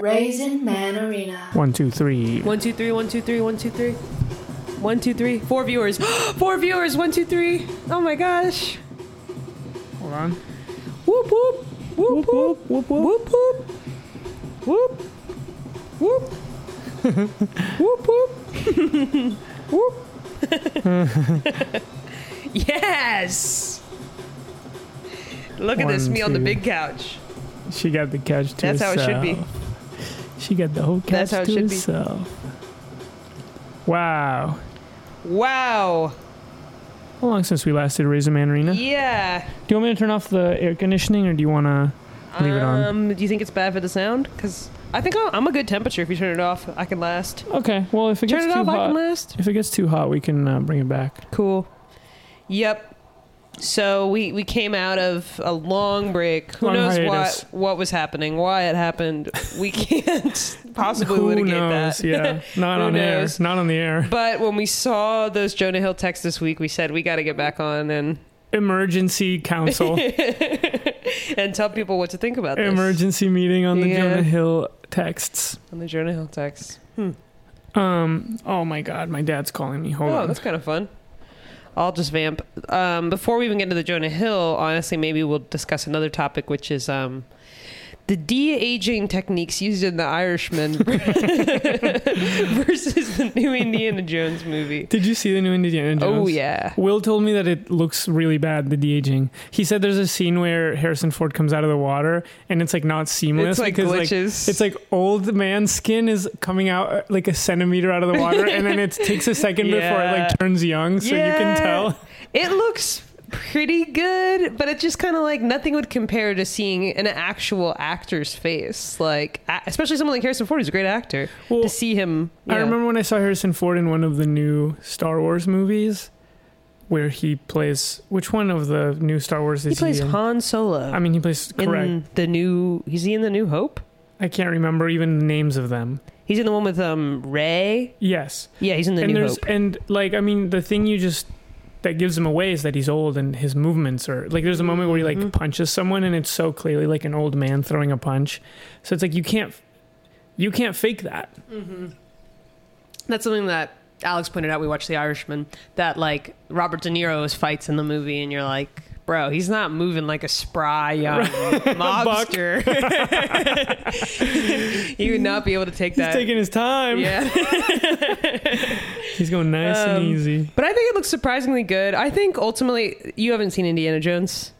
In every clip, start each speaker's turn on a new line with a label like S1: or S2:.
S1: Raisin Man Arena.
S2: One, two, three.
S3: One, two, three, one, two, three, one, two, three. One, two, three. Four viewers. Four viewers. One, two, three. Oh my gosh.
S2: Hold on.
S3: Whoop, whoop. Whoop, whoop.
S2: Whoop,
S3: Whoop, whoop. Whoop. Whoop. Whoop, whoop. Whoop. yes. Look at this,
S2: One,
S3: me on the
S2: two.
S3: big couch.
S2: She got the couch to
S3: That's how it should be.
S2: herself. She got the whole couch
S3: That's how it
S2: to
S3: should be.
S2: herself. Wow.
S3: Wow.
S2: How long since we last did Razor Man Arena?
S3: Yeah.
S2: Do you want me to turn off the air conditioning or do you want to leave it on?
S3: Um, do you think it's bad for the sound? Because I think I'm I'm a good temperature. If you turn it off, I can last.
S2: Okay. Well, if it
S3: Turn
S2: gets
S3: it
S2: too
S3: off, I can
S2: hot,
S3: last.
S2: if it gets too hot, we can uh, bring it back.
S3: Cool. Yep. So we we came out of a long break. Who
S2: Long
S3: knows
S2: hiatus.
S3: what what was happening, why it happened. We can't possibly
S2: Who
S3: litigate
S2: knows?
S3: that.
S2: Yeah. Not
S3: Who
S2: on air.
S3: knows?
S2: Not on the air.
S3: But when we saw those Jonah Hill texts this week, we said we got to get back on and
S2: Emergency council.
S3: and tell people what to think about this
S2: Emergency meeting on the
S3: Yeah.
S2: Jonah Hill texts.
S3: on the Jonah Hill texts.
S2: Um. Oh my God, my dad's calling me. Hold
S3: oh,
S2: on.
S3: that's kind of fun. I'll just vamp. Um, before we even get into the Jonah Hill, honestly, maybe we'll discuss another topic, which is um, the de aging techniques used in The Irishman versus the new Indiana Jones movie.
S2: Did you see the new Indiana Jones?
S3: Oh yeah,
S2: Will told me that it looks really bad, the de aging. He said there's a scene where Harrison Ford comes out of the water and it's like not seamless
S3: it's like
S2: because like
S3: glitches.
S2: it's like old man skin is coming out uh, like a centimeter out of the water and then it takes a second before it
S3: Yeah.
S2: like turns young, so you can
S3: Yeah.
S2: tell.
S3: it looks pretty good, but it's just kind of like nothing would compare to seeing an actual actor's face. Like, a- especially someone like Harrison Ford, who's a great actor,
S2: Well,
S3: to see him.
S2: I
S3: yeah.
S2: remember when I saw Harrison Ford in one of the new Star Wars movies where he plays which one of the new Star Wars
S3: he
S2: is
S3: plays
S2: he in?
S3: Han Solo.
S2: I mean, he plays correct.
S3: in the new is he in the new hope
S2: I can't remember even the names of them.
S3: he's in the one with um ray
S2: Yes,
S3: yeah he's in the
S2: and
S3: new
S2: there's
S3: hope
S2: and like I mean, the thing you just that gives him away is that he's old and his movements are like. There's a moment where he like
S3: Mhm.
S2: punches someone, and it's so clearly like an old man throwing a punch. So it's like you can't, you can't fake that.
S3: that's something that alex pointed out we watched the irishman that like robert de niro's fights in the movie and you're like bro he's not moving like a spry young mobster you would not be able to take
S2: He's
S3: that
S2: taking his time.
S3: yeah
S2: He's going nice and
S3: Um,
S2: easy.
S3: but i think it looks surprisingly good i think ultimately you haven't seen indiana jones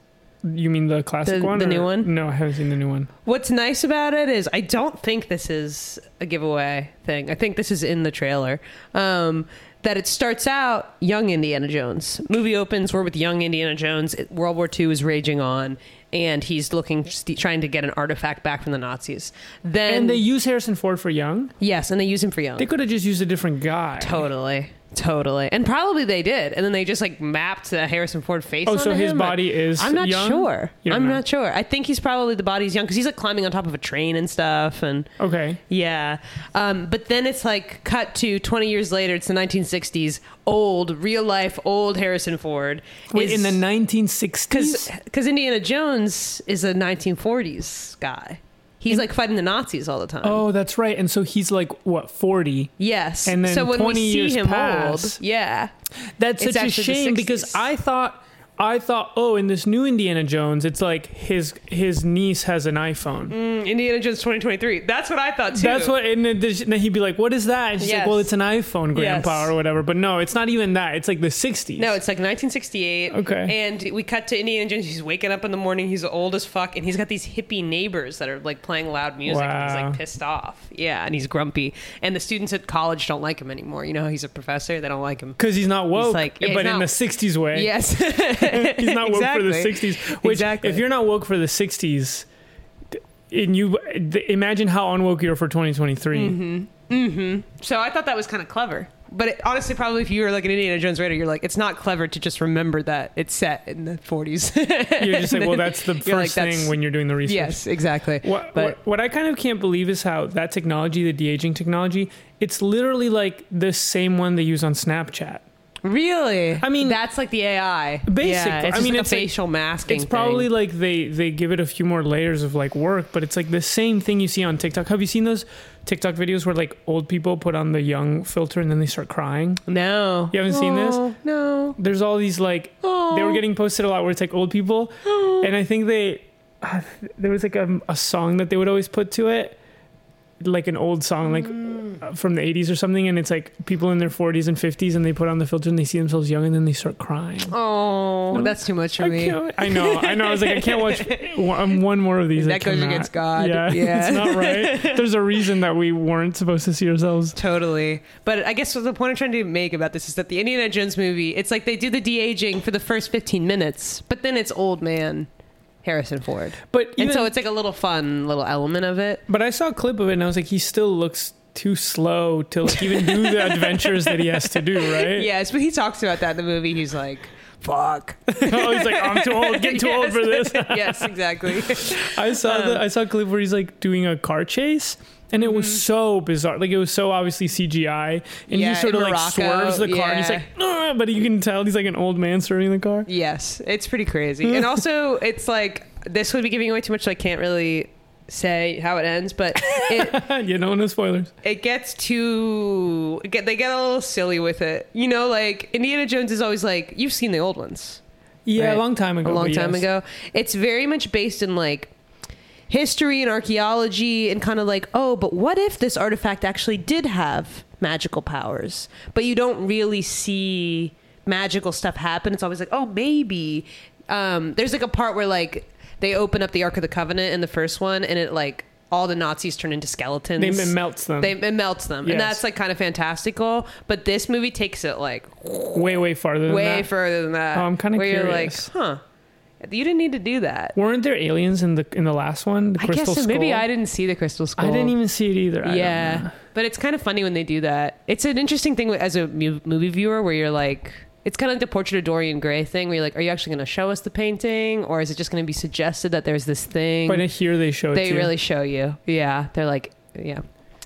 S2: You mean the classic
S3: the-
S2: one,
S3: the
S2: or-
S3: new one?
S2: No, I haven't seen the new one.
S3: What's nice about it is I don't think this is a giveaway thing. I think this is in the trailer. Um, that it starts out young Indiana Jones. Movie opens, we're with young Indiana Jones. It- World War II is raging on, and he's looking, st- trying to get an artifact back from the Nazis. Then,
S2: And, they use Harrison Ford for young.
S3: yes, and they use him for young.
S2: They could have just used a different guy.
S3: totally, totally, and probably they did. And then they just like mapped the Harrison Ford face.
S2: Oh, so
S3: onto
S2: his
S3: him.
S2: body is.
S3: I'm not
S2: young?
S3: sure.
S2: You don't
S3: I'm
S2: know.
S3: not sure. I think he's probably the body's young because he's like climbing on top of a train and stuff, and
S2: Okay.
S3: yeah. Um, but then it's like cut to 20 years later, it's the 1960s, old, real life, old Harrison Ford.
S2: Wait,
S3: is-
S2: in the 1960s.
S3: Because Indiana Jones is a 1940s guy. He's like fighting the Nazis all the time.
S2: Oh, that's right. And so he's like what forty.
S3: Yes.
S2: and then
S3: so when
S2: 20
S3: we see
S2: years
S3: him
S2: pass.
S3: old, yeah.
S2: That's
S3: It's
S2: such a
S3: actually the
S2: shame
S3: 60s.
S2: because I thought I thought oh in this new Indiana Jones it's like his his niece has an iPhone.
S3: Mm. Indiana Jones 2023. That's what I thought too.
S2: That's what and then there's- then he'd be like what is that? And she's like
S3: Yes.
S2: well it's an iPhone grandpa
S3: Yes.
S2: or whatever. But no, it's not even that. It's like the 60s.
S3: No, it's like 1968.
S2: Okay.
S3: And we cut to Indiana Jones. He's waking up in the morning. He's old as fuck, and he's got these hippie neighbors that are like playing loud music. And he's
S2: Wow.
S3: like pissed off. Yeah, and he's grumpy. And the students at college don't like him anymore. You know, how he's a professor. They don't like him.
S2: because he's not woke,
S3: like- yeah, he's
S2: but in
S3: not-
S2: the 60s way.
S3: Yes.
S2: He's not woke for the
S3: Exactly.
S2: 60s. Which,
S3: Exactly.
S2: if you're not woke for the 60s, and you imagine how unwoke you're for 2023.
S3: Mm-hmm. So I thought that was kind of clever. But it, honestly, probably if you were like an Indiana Jones writer, you're like, it's not clever to just remember that it's set in the 40s.
S2: You're just like, well, that's the first
S3: You're like,
S2: thing
S3: that's-
S2: when you're doing the research.
S3: yes, exactly.
S2: What,
S3: But-
S2: what, what I kind of can't believe is how that technology, the de aging technology, it's literally like the same one they use on Snapchat.
S3: Really?
S2: I mean-
S3: that's like the AI.
S2: Basically.
S3: yeah, it's
S2: I
S3: just
S2: mean,
S3: like a
S2: it's like-
S3: facial masking.
S2: It's
S3: thing.
S2: probably like they they give it a few more layers of like work, but it's like the same thing you see on TikTok. Have you seen those TikTok videos where like old people put on the young filter and then they start crying?
S3: no.
S2: You haven't seen this?
S3: Oh, No.
S2: There's all these like they
S3: Oh.
S2: were getting posted a lot where it's like old people, and I think they uh, there was like um, a, a song that they would always put to it, like an old song like
S3: Mm.
S2: uh, from the 80s or something, and it's like people in their 40s and 50s and they put on the filter and they see themselves young and then they start crying.
S3: Oh, that's too much for
S2: I,
S3: me.
S2: can't- I know, I know. I was like, I can't watch one, one more of these. I
S3: That goes
S2: cannot.
S3: against God.
S2: Yeah,
S3: Yeah.
S2: it's not right. There's a reason that we weren't supposed to see ourselves.
S3: Totally. But I guess what the point I'm trying to make about this is that the Indiana Jones movie, it's like they do the de aging for the first 15 minutes, but then it's old man Harrison Ford.
S2: But even,
S3: and so it's like a little fun little element of it.
S2: but I saw a clip of it and I was like, he still looks too slow to like, even do the adventures that he has to do, right?
S3: Yes, but he talks about that in the movie. He's like, fuck.
S2: oh, he's like, I'm too old. Getting too old for this.
S3: yes, exactly.
S2: I saw
S3: Um,
S2: the I saw a clip where he's like doing a car chase. And it was so bizarre. Like it was so obviously CGI. And
S3: Mm-hmm. Yeah,
S2: he sort of
S3: in
S2: like
S3: Morocco,
S2: swerves the car and he's
S3: yeah.
S2: like, "Ah," but you can tell he's like an old man serving the car.
S3: Yes, it's pretty crazy. And also, it's like this would be giving away too much, so I can't really say how it ends, but it
S2: you know, no spoilers.
S3: it gets too it get they get a little silly with it. You know, like Indiana Jones is always like you've seen the old ones
S2: Yeah,
S3: Right.
S2: a long time ago.
S3: a long
S2: but
S3: time
S2: yes.
S3: ago. It's very much based in like history and archaeology and kind of like, oh, but what if this artifact actually did have magical powers? But you don't really see magical stuff happen. It's always like, oh, maybe. Um, there's like a part where like they open up the Ark of the Covenant in the first one and it like all the Nazis turn into skeletons.
S2: They it melts them
S3: They, it melts them.
S2: Yes.
S3: And that's like kind of fantastical. But this movie takes it like
S2: way, way farther than
S3: way
S2: that.
S3: further than that.
S2: Oh, I'm kinda
S3: where
S2: curious.
S3: you're like, huh, you didn't need to do that.
S2: Weren't there aliens in the in the last one? The
S3: I guess
S2: crystal
S3: so. Maybe
S2: skull?
S3: I didn't see the crystal skull.
S2: I didn't even see it either. I don't know.
S3: yeah, but it's kind of funny when they do that. It's an interesting thing as a mu- movie viewer where you're like. It's kind of like the portrait of Dorian Gray thing, where you're like, are you actually going to show us the painting, or is it just going to be suggested that there's this thing?
S2: But here they show it.
S3: they
S2: to you.
S3: really show you. Yeah, they're like, yeah.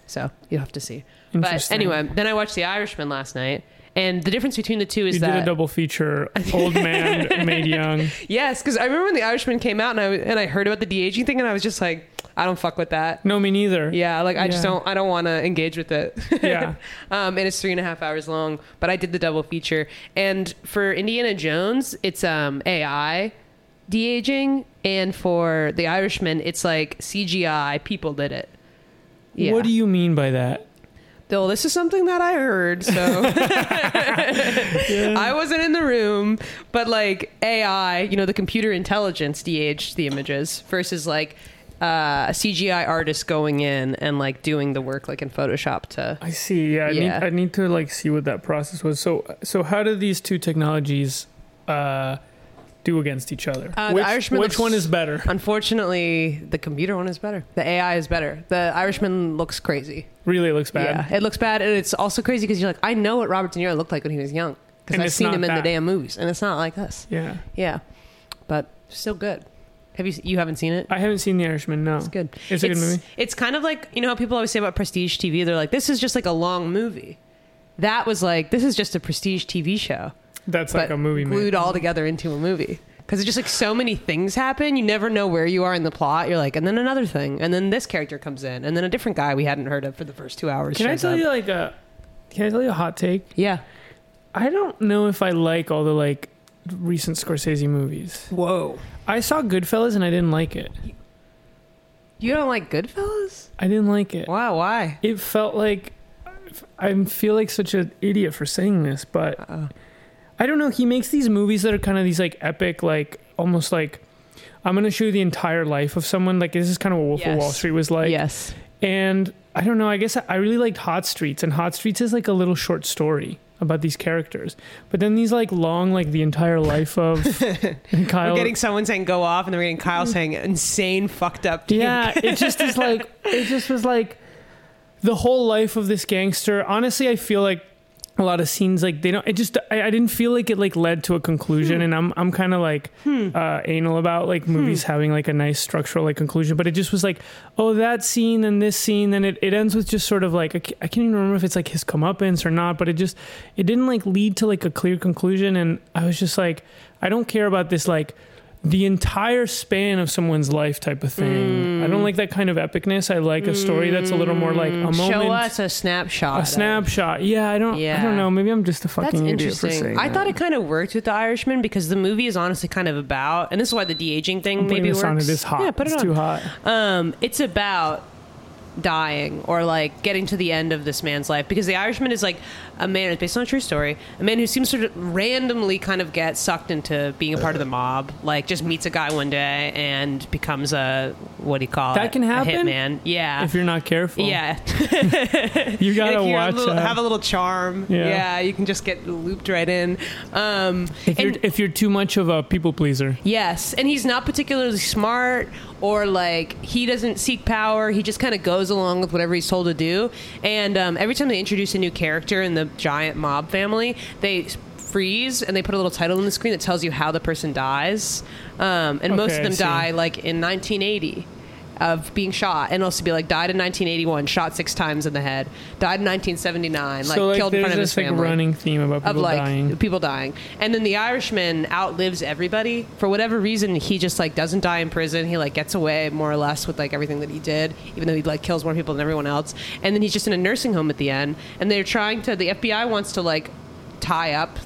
S3: So you have to see. But
S2: Interesting.
S3: anyway, then I watched The Irishman last night, and the difference between the two is
S2: you
S3: that
S2: did a double feature: old man made young.
S3: Yes, because I remember when The Irishman came out and I and I heard about the de aging thing and I was just like, I don't fuck with that.
S2: No, me neither.
S3: Yeah, like I just
S2: Yeah.
S3: don't I don't want to engage with it.
S2: Yeah.
S3: um, and it's three and a half hours long, but I did the double feature. And for Indiana Jones, it's um AI de aging, and for The Irishman, it's like CGI. People did it. Yeah.
S2: What do you mean by that?
S3: Well, this is something that I heard, so I wasn't in the room, but like AI, you know, the computer intelligence de-aged the images versus like uh, a CGI artist going in and like doing the work like in Photoshop to.
S2: I see. Yeah, I,
S3: Yeah.
S2: Need, I need to like see what that process was. So, so how do these two technologies uh, do against each other?
S3: Uh, the
S2: which
S3: Irishman
S2: which
S3: looks-
S2: one is better?
S3: Unfortunately, the computer one is better. The AI is better. The Irishman looks crazy.
S2: Really looks bad.
S3: Yeah, it looks bad, and it's also crazy because you're like, I know what Robert De Niro looked like when he was young because
S2: And
S3: I've
S2: it's
S3: seen
S2: not
S3: him in the
S2: that.
S3: damn movies, and it's not like us.
S2: yeah.
S3: Yeah, but still good. Have you you haven't seen it?
S2: I haven't seen The Irishman. No,
S3: It's good.
S2: It's a good movie.
S3: It's kind of like you know how people always say about prestige TV. They're like, this is just like a long movie. That was like this is just a prestige TV show,
S2: That's
S3: but
S2: like a movie.
S3: glued
S2: made.
S3: all together into a movie. Because it's just like so many things happen, you never know where you are in the plot. You're like, and then another thing, and then this character comes in, and then a different guy we hadn't heard of for the first two hours.
S2: Can I
S3: shows
S2: tell
S3: up.
S2: you like a? Can I tell you a hot take?
S3: Yeah.
S2: I don't know if I like all the like recent Scorsese movies.
S3: Whoa.
S2: I saw Goodfellas and I didn't like it.
S3: You don't like Goodfellas?
S2: I didn't like it.
S3: Wow. Why?
S2: It felt like I feel like such an idiot for saying this, but
S3: Uh-oh.
S2: I don't know. He makes these movies that are kind of these like epic, like almost like I'm going to show you the entire life of someone. Like this is kind of what Wolf of Wall
S3: Yes.
S2: Street was like.
S3: yes.
S2: And I don't know. I guess I, I really liked Hot Streets, and Hot Streets is like a little short story about these characters. But then these like long, like the entire life of Kyle.
S3: We're getting someone saying go off, and then we're getting Kyle saying insane, fucked up. Dude.
S2: Mm. yeah, it just is like it just was like the whole life of this gangster. Honestly, I feel like a lot of scenes like they don't it just I, I didn't feel like it like led to a
S3: Hmm.
S2: conclusion and i'm i'm kind of like uh anal about like movies
S3: Hmm.
S2: having like a nice structural like conclusion but it just was like oh that scene and this scene and it, it ends with just sort of like I ca- i can't even remember if it's like his comeuppance or not but it just it didn't like lead to like a clear conclusion and i was just like i don't care about this like the entire span of someone's life type of thing
S3: Hmm.
S2: i don't like that kind of epicness i like a story that's a little more like a moment
S3: Show us a snapshot.
S2: a
S3: of-
S2: snapshot. Yeah, I don't. I
S3: Yeah.
S2: don't know. Maybe I'm just a fucking
S3: That's
S2: idiot for saying
S3: interesting. I
S2: that.
S3: thought it kind of worked with The Irishman because the movie is honestly kind of about, and this is why the de aging thing
S2: I'm putting
S3: maybe
S2: this
S3: works.
S2: on. It is hot.
S3: Yeah, put it
S2: it's
S3: on.
S2: too hot.
S3: Um, it's about dying or like getting to the end of this man's life because the Irishman is like a man it's based on a true story a man who seems to randomly kind of get sucked into being a part of the mob like just meets a guy one day and becomes a what do you call
S2: That
S3: it
S2: can
S3: a
S2: happen?
S3: hitman yeah
S2: If you're not careful,
S3: yeah
S2: you gotta
S3: Like, you're a
S2: watch. uh,
S3: little-
S2: out.
S3: have a little charm
S2: Yeah.
S3: yeah. you can just get looped right in um
S2: if you're
S3: and-
S2: if you're too much of a people pleaser,
S3: Yes, and he's not particularly smart or like he doesn't seek power. He just kind of goes along with whatever he's told to do. And um, every time they introduce a new character in the giant mob family, they s- freeze and they put a little title on the screen that tells you how the person dies. Um, and most
S2: Okay, I
S3: of them
S2: see.
S3: die like in 1980 of being shot and also be like died in 1981 shot six times in the head died in 1979 like,
S2: so like
S3: killed in
S2: there's
S3: front of his
S2: this like
S3: family
S2: running theme about
S3: of
S2: people
S3: like
S2: dying.
S3: people dying. And then the Irishman outlives everybody for whatever reason. He just like doesn't die in prison. He like gets away more or less with like everything that he did, even though he like kills more people than everyone else. And then he's just in a nursing home at the end. And they're trying to. The FBI wants to like tie up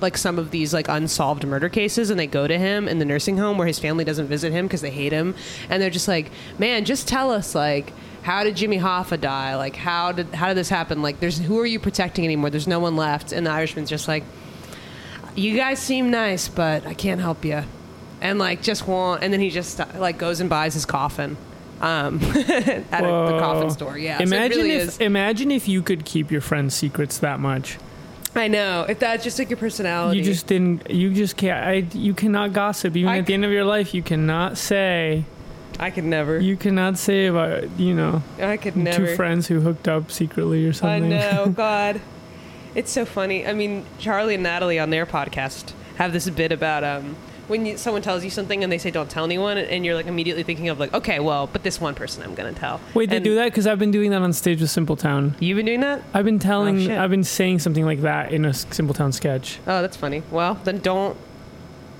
S3: like some of these like unsolved murder cases and they go to him in the nursing home where his family doesn't visit him because they hate him and they're just like man just tell us like how did Jimmy Hoffa die like how did how did this happen like there's who are you protecting anymore there's no one left and the Irishman's just like you guys seem nice but I can't help you and like just want and then he just like goes and buys his coffin um at a, the
S2: Whoa.
S3: coffin store yeah So it
S2: Oh. Imagine
S3: really
S2: if
S3: is-
S2: imagine if you could keep your friends' secrets that much.
S3: I know if that's just like your personality
S2: You just didn't. You just can't. I, you cannot gossip. Even
S3: I
S2: at the end of your life, you cannot say.
S3: I could never
S2: You cannot say about you know
S3: I could never
S2: two friends who hooked up secretly or
S3: I
S2: something.
S3: know, God. It's so funny. I mean, Charlie and Natalie on their podcast have this bit about um, when you, someone tells you something and they say, don't tell anyone, and you're like immediately thinking of, like, okay, well, but this one person I'm going to tell.
S2: Wait, they
S3: And
S2: do that because I've been doing that on stage with Simple Town.
S3: You've been doing that?
S2: I've been
S3: Oh,
S2: telling,
S3: shit.
S2: I've been saying something like that in a S- Simple Town sketch
S3: Oh, that's funny. Well, then don't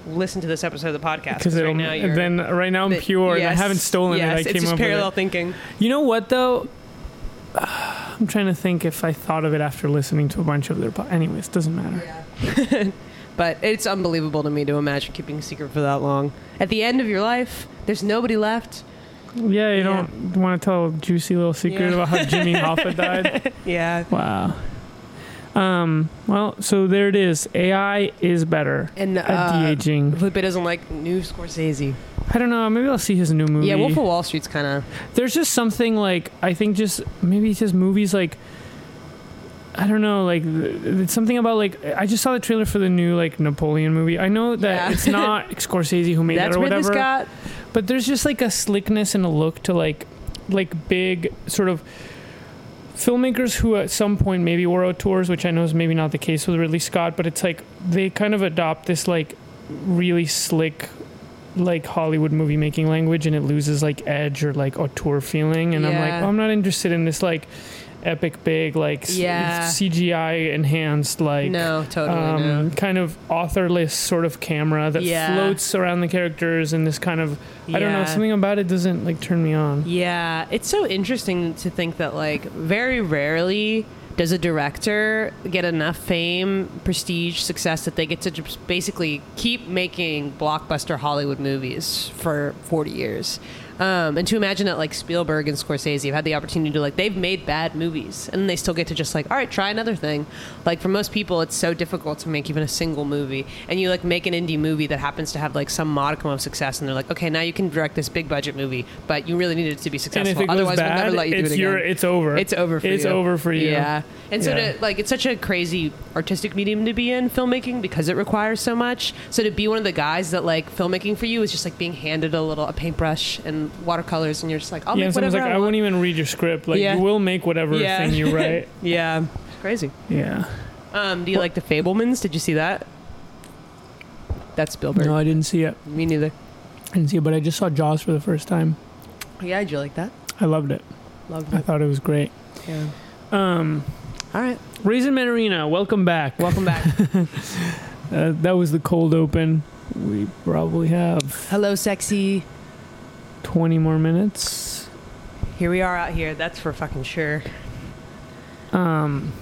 S3: listen to this episode of the podcast.
S2: because
S3: right
S2: it'll.
S3: now you're.
S2: then right now I'm
S3: that-
S2: pure and I
S3: yes,
S2: haven't stolen
S3: yes,
S2: it. I
S3: it's
S2: came
S3: just
S2: up
S3: parallel
S2: with
S3: thinking.
S2: it. You know what though? I'm trying to think if I thought of it after listening to a bunch of their. Po- Anyways, doesn't matter.
S3: But it's unbelievable to me to imagine keeping a secret for that long. At the end of your life, there's nobody left.
S2: Yeah, you don't want to tell a juicy little secret
S3: Yeah.
S2: about how Jimmy Hoffa died.
S3: Yeah.
S2: Wow. Um. Well, so there it is. AI is better
S3: And
S2: at
S3: uh,
S2: de aging.
S3: Lupe doesn't like new Scorsese.
S2: I don't know. Maybe I'll see his new movie.
S3: Yeah, Wolf of Wall Street's kind of
S2: there's just something like I think just maybe it's just movies like I don't know like th- it's something about like I just saw the trailer for the new like Napoleon movie. I know that
S3: Yeah.
S2: it's not Scorsese who made
S3: that's
S2: that or
S3: Ridley
S2: whatever,
S3: Scott.
S2: but there's just like a slickness and a look to like like big sort of filmmakers who at some point maybe were auteurs, which I know is maybe not the case with Ridley Scott, but it's like they kind of adopt this like really slick like Hollywood movie making language and it loses like edge or like auteur feeling and I'm like
S3: Yeah.
S2: oh, I'm not interested in this like epic big like s-
S3: Yeah.
S2: CGI enhanced like
S3: no, totally
S2: um,
S3: no.
S2: kind of authorless sort of camera that
S3: Yeah.
S2: floats around the characters and this kind of I don't know
S3: Yeah.
S2: something about it doesn't like turn me on.
S3: Yeah, it's so interesting to think that like very rarely does a director get enough fame, prestige, success that they get to just basically keep making blockbuster Hollywood movies for 40 years. Um, and to imagine that like Spielberg and Scorsese have had the opportunity to like they've made bad movies and they still get to just like all right try another thing. Like for most people it's so difficult to make even a single movie and you like make an indie movie that happens to have like some modicum of success and they're like okay now you can direct this big budget movie but you really needed it to be
S2: And
S3: successful
S2: if it goes
S3: otherwise we'll
S2: bad,
S3: never let you do
S2: it's
S3: it again.
S2: your it's over.
S3: it's over for
S2: it's
S3: you.
S2: over for you.
S3: Yeah. And so
S2: Yeah.
S3: to like it's such a crazy artistic medium to be in filmmaking because it requires so much. So to be one of the guys that like filmmaking for you is just like being handed a little a paintbrush and watercolors and you're just like I'll
S2: Yeah, and
S3: make
S2: someone's
S3: whatever
S2: like,
S3: I,
S2: I,
S3: want.
S2: won't even read your script. Like,
S3: Yeah.
S2: you will make whatever
S3: Yeah.
S2: thing you write.
S3: Yeah. It's crazy.
S2: yeah.
S3: Um, do you like the Fablemans? Did you see that? That's Spielberg.
S2: No, I didn't see it.
S3: Me neither.
S2: I didn't see it, but I just saw Jaws for the first time.
S3: Yeah, did you like that?
S2: I loved it.
S3: Loved
S2: I
S3: it.
S2: thought it was great.
S3: Yeah.
S2: Um,
S3: All right.
S2: Raisin Man Arena, welcome back.
S3: Welcome back.
S2: Uh, that was the cold open. We probably have
S3: Hello, sexy.
S2: 20 more minutes.
S3: Here we are out here. That's for fucking sure.
S2: Um,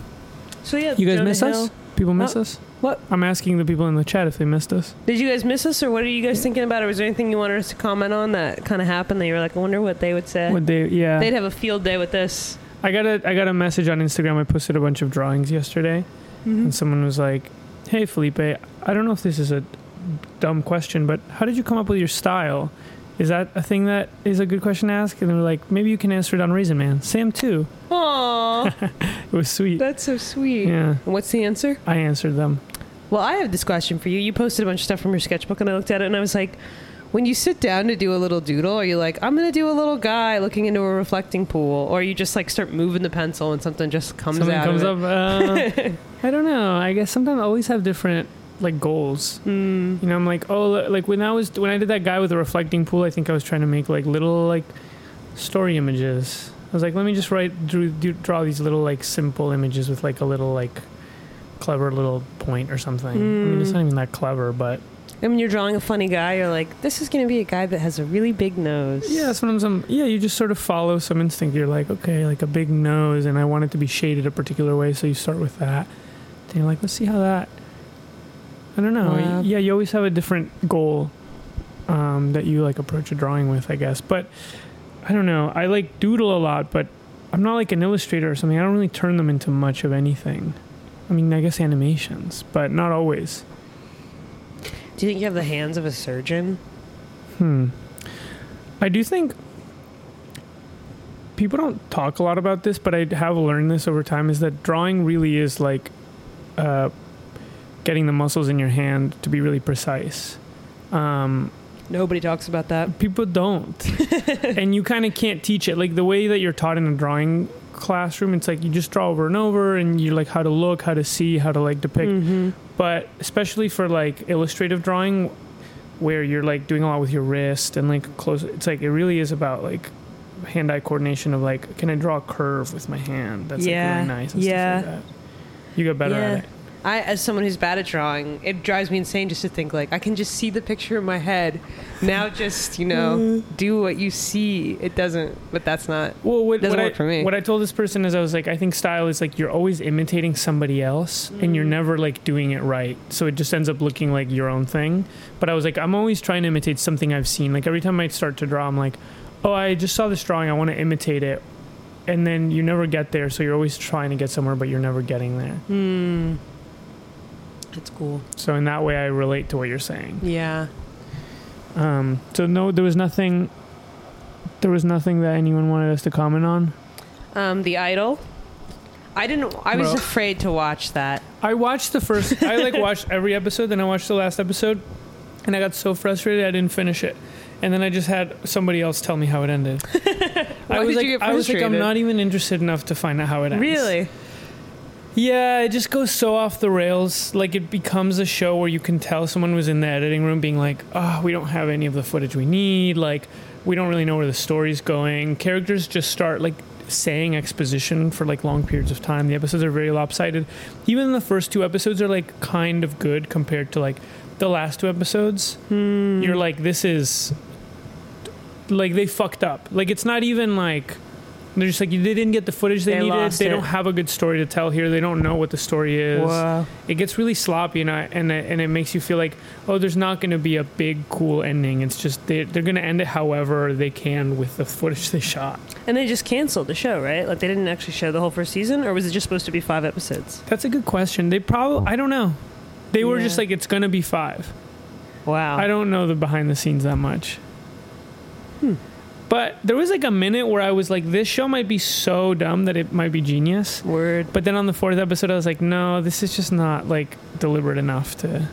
S3: So yeah,
S2: you guys
S3: Jonah
S2: miss
S3: Hill-
S2: us? People miss
S3: Oh,
S2: us?
S3: what?
S2: I'm asking the people in the chat if they missed us.
S3: Did you guys miss us, or what are you guys thinking about? Or was there anything you wanted us to comment on that kind of happened that you were like, I wonder what they would say?
S2: Would they? Yeah.
S3: They'd have a field day with this.
S2: I got a I got a message on Instagram. I posted a bunch of drawings yesterday,
S3: Mm-hmm.
S2: and someone was like, "Hey Felipe, I don't know if this is a dumb question, but how did you come up with your style? Is that a thing that is a good question to ask?" And they were like, "Maybe you can answer it on Reason Man." Sam too.
S3: Aw,
S2: It was sweet.
S3: that's so sweet.
S2: Yeah,
S3: And what's the answer?
S2: I answered them.
S3: Well, I have this question for you. You posted a bunch of stuff from your sketchbook, and I looked at it, and I was like, when you sit down to do a little doodle, are you like, I'm going to do a little guy looking into a reflecting pool? Or you just like start moving the pencil and something just comes
S2: Something
S3: out?
S2: comes
S3: of
S2: up. Uh, I don't know. I guess sometimes I always have different like goals.
S3: It. Mm.
S2: You know, I'm like, oh, li- like when I was when I did that guy with the reflecting pool, I think I was trying to make like little like story images. I was like, let me just write, drew, do, draw these little like simple images with like a little like clever little point or something. I mean, it's
S3: Mm.
S2: not even that clever, but
S3: And when you're drawing a funny guy, you're like, this is going to be a guy that has a really big nose.
S2: yeah, that's what I'm. Some, yeah, you just sort of follow some instinct. You're like, okay, like a big nose, and I want it to be shaded a particular way, so you start with that. Then you're like, let's see how that. I don't know.
S3: Wow.
S2: Yeah, you always have a different goal um, that you like approach a drawing with, I guess. But I don't know. I like doodle a lot, but I'm not like an illustrator or something. I don't really turn them into much of anything. I mean, I guess animations, but not always.
S3: Do you think you have the hands of a surgeon?
S2: Hmm. I do think people don't talk a lot about this, but I have learned this over time is that drawing really is like uh, getting the muscles in your hand to be really precise. Um,
S3: Nobody talks about that.
S2: people don't. and you kind of can't teach it. Like the way that you're taught in a drawing classroom, it's like you just draw over and over and you're like how to look, how to see, how to like depict
S3: Mm-hmm.
S2: but especially for like illustrative drawing where you're like doing a lot with your wrist and like close it's like it really is about like hand-eye coordination of like can i draw a curve with my hand that's
S3: Yeah,
S2: like really nice and
S3: yeah.
S2: stuff like that you get better
S3: Yeah.
S2: at it
S3: I, as someone who's bad at drawing, it drives me insane just to think like I can just see the picture in my head. Now, just you know, do what you see. It doesn't, but that's not.
S2: well what,
S3: Doesn't
S2: what
S3: work
S2: I,
S3: for me.
S2: what i told this person is i was like i think style is like you're always imitating somebody else and you're never like doing it right so it just ends up looking like your own thing but i was like i'm always trying to imitate something i've seen like every time i start to draw i'm like oh i just saw this drawing i want to imitate it and then you never get there so you're always trying to get somewhere but you're never getting there
S3: Hmm. That's cool.
S2: so in that way i relate to what you're saying
S3: Yeah.
S2: um, so no there was nothing there was nothing that anyone wanted us to comment on
S3: Um, the Idol. I didn't. I was
S2: Bro.
S3: afraid to watch that.
S2: I watched the first. I like watched every episode. Then I watched the last episode, and I got so frustrated I didn't finish it. And then I just had somebody else tell me how it ended.
S3: Why
S2: I was
S3: did
S2: like,
S3: you get
S2: I was like, I'm
S3: frustrated?
S2: not even interested enough to find out how it ends.
S3: Really?
S2: Yeah, it just goes so off the rails. Like it becomes a show where you can tell someone was in the editing room being like, "Oh, we don't have any of the footage we need. Like, we don't really know where the story's going." Characters just start like saying exposition for like long periods of time. The episodes are very lopsided. Even the first two episodes are like kind of good compared to like the last two episodes. You're like, "This is like they fucked up." Like it's not even like they're just like they didn't get the footage they,
S3: They
S2: needed.
S3: lost
S2: They
S3: it.
S2: don't have a good story to tell here. They don't know what the story is.
S3: Wow.
S2: It gets really sloppy, and I, and it, and it makes you feel like oh, there's not going to be a big cool ending. It's just they, they're going to end it however they can with the footage they shot.
S3: And they just canceled the show, right? Like they didn't actually show the whole first season, or was it just supposed to be five episodes?
S2: That's a good question. They probably I don't know. They were
S3: Yeah.
S2: just like it's going to be five.
S3: Wow.
S2: I don't know the behind the scenes that much. But there was like a minute where I was like, this show might be so dumb that it might be genius.
S3: Word.
S2: But then on the fourth episode, I was like, no, this is just not like deliberate enough to.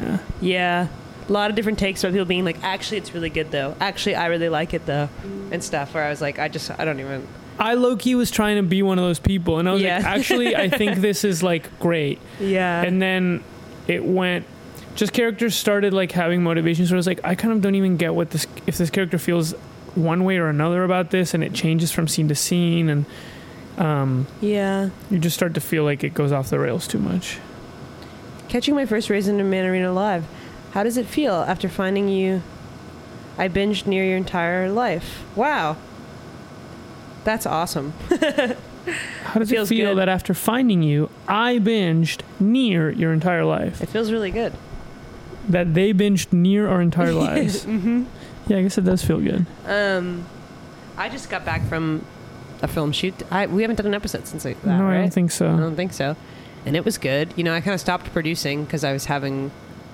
S2: Yeah.
S3: Yeah. A lot of different takes about people being like, actually, it's really good though. Actually, I really like it though, and stuff. Where I was like, I just, I don't even.
S2: I low key was trying to be one of those people, and I was
S3: Yeah. Uh-huh.
S2: like, actually, I think this is like great.
S3: Yeah.
S2: And then it went. Just characters started like having motivations. Where I was like, I kind of don't even get what this if this character feels one way or another about this, and it changes from scene to scene, and um,
S3: yeah.
S2: you just start to feel like it goes off the rails too much.
S3: Catching my first raisin in Manarino Live. How does it feel after finding you? I binged near your entire life. Wow. That's awesome.
S2: How does
S3: Feels
S2: it feel
S3: good.
S2: that after finding you, I binged near your entire life?
S3: It feels really good.
S2: That they binged near our entire lives. mm-hmm. Yeah, I guess it does feel good.
S3: Um, I just got back from a film shoot. I, we haven't done an episode since like that,
S2: no,
S3: right?
S2: I don't think
S3: I
S2: so.
S3: don't think so. And it was good. You know, I kind of stopped producing because I was having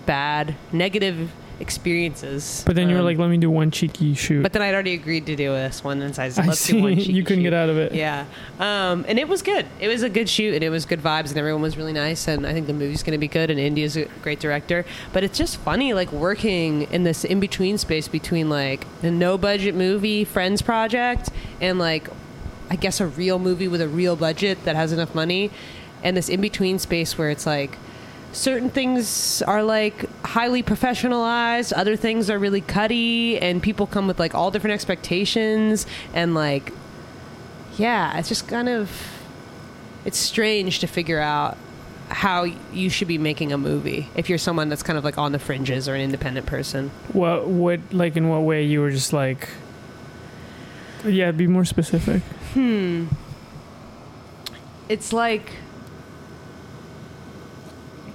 S3: bad, negative experiences.
S2: But then you were
S3: Um,
S2: like, let me do one cheeky shoot.
S3: but then I'd already agreed to do this one, and so I said,
S2: I
S3: let's do
S2: see.
S3: one. cheeky
S2: You couldn't
S3: shoot.
S2: get out of it.
S3: Yeah, um, and it was good. It was a good shoot, and it was good vibes, and everyone was really nice. And I think the movie's going to be good. And India's a great director, but it's just funny, like working in this in between space between like the no budget movie Friends project and like I guess a real movie with a real budget that has enough money, and this in between space where it's like certain things are like highly professionalized other things are really cutty and people come with like all different expectations and like yeah it's just kind of it's strange to figure out how you should be making a movie if you're someone that's kind of like on the fringes or an independent person
S2: What? What? Like in what way you were just like? Yeah, be more specific.
S3: it's like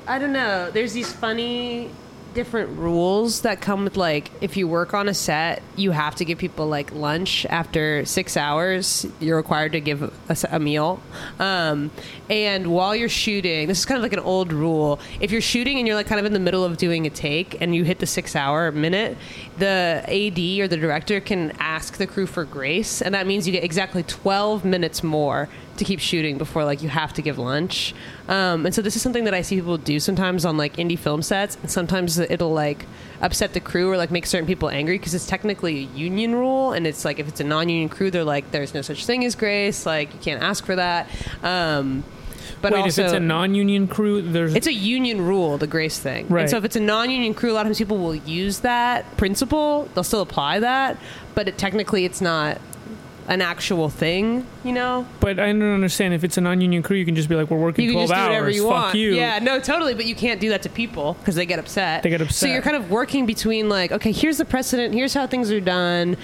S3: I don't know. There's these funny different rules that come with like if you work on a set, you have to give people like lunch after 6 hours. You're required to give a, s- a meal. Um and while you're shooting, this is kind of like an old rule. If you're shooting and you're like kind of in the middle of doing a take and you hit the 6 hour minute, the AD or the director can ask the crew for grace and that means you get exactly 12 minutes more to keep shooting before like you have to give lunch um, and so this is something that i see people do sometimes on like indie film sets and sometimes it'll like upset the crew or like make certain people angry because it's technically a union rule and it's like if it's a non-union crew they're like there's no such thing as grace like you can't ask for that um, but
S2: Wait,
S3: also
S2: if it's a non-union crew, there's
S3: it's a union rule, the grace thing.
S2: Right.
S3: And so if it's a non-union crew, a lot of times people will use that principle. They'll still apply that, but it, technically it's not an actual thing, you know?
S2: But I don't understand. If it's a non-union crew, you can just be like, we're working
S3: You can
S2: twelve
S3: just do
S2: hours.
S3: whatever you
S2: Fuck
S3: want.
S2: you.
S3: Yeah, no, totally, but you can't do that to people because they get upset.
S2: They get upset.
S3: So you're kind of working between like, okay, here's the precedent, here's how things are done.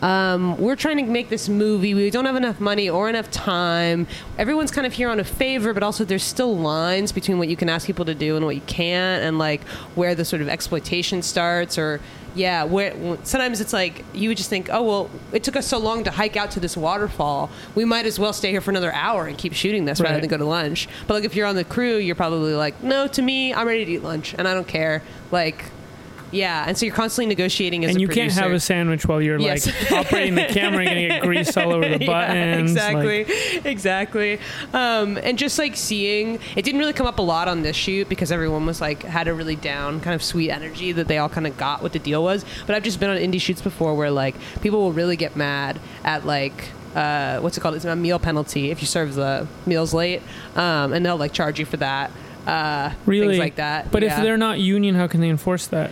S3: Um, we're trying to make this movie. We don't have enough money or enough time. Everyone's kind of here on a favor, but also there's still lines between what you can ask people to do and what you can't, and like where the sort of exploitation starts or. Yeah, where sometimes it's like you would just think, oh well, it took us so long to hike out to this waterfall. We might as well stay here for another hour and keep shooting this rather
S2: Right.
S3: than go to lunch. But like if you're on the crew, you're probably like, no, to me, I'm ready to eat lunch and I don't care. Like, yeah, and so you're constantly negotiating as
S2: And
S3: a
S2: you can't have a
S3: producer.
S2: sandwich while you're
S3: Yes.
S2: like operating the camera. You're gonna get grease all over the buttons.
S3: yeah,
S2: like-
S3: exactly, exactly. Um, and just like seeing, it didn't really come up a lot on this shoot because everyone was like had a really down kind of sweet energy that they all kind of got what the deal was. But I've just been on indie shoots before where like people will really get mad at like. Uh, what's it called? It's a meal penalty if you serve the meals late, um, and they'll like charge you for that. Uh,
S2: really
S3: things like that.
S2: But
S3: Yeah.
S2: if they're not union, how can they enforce that?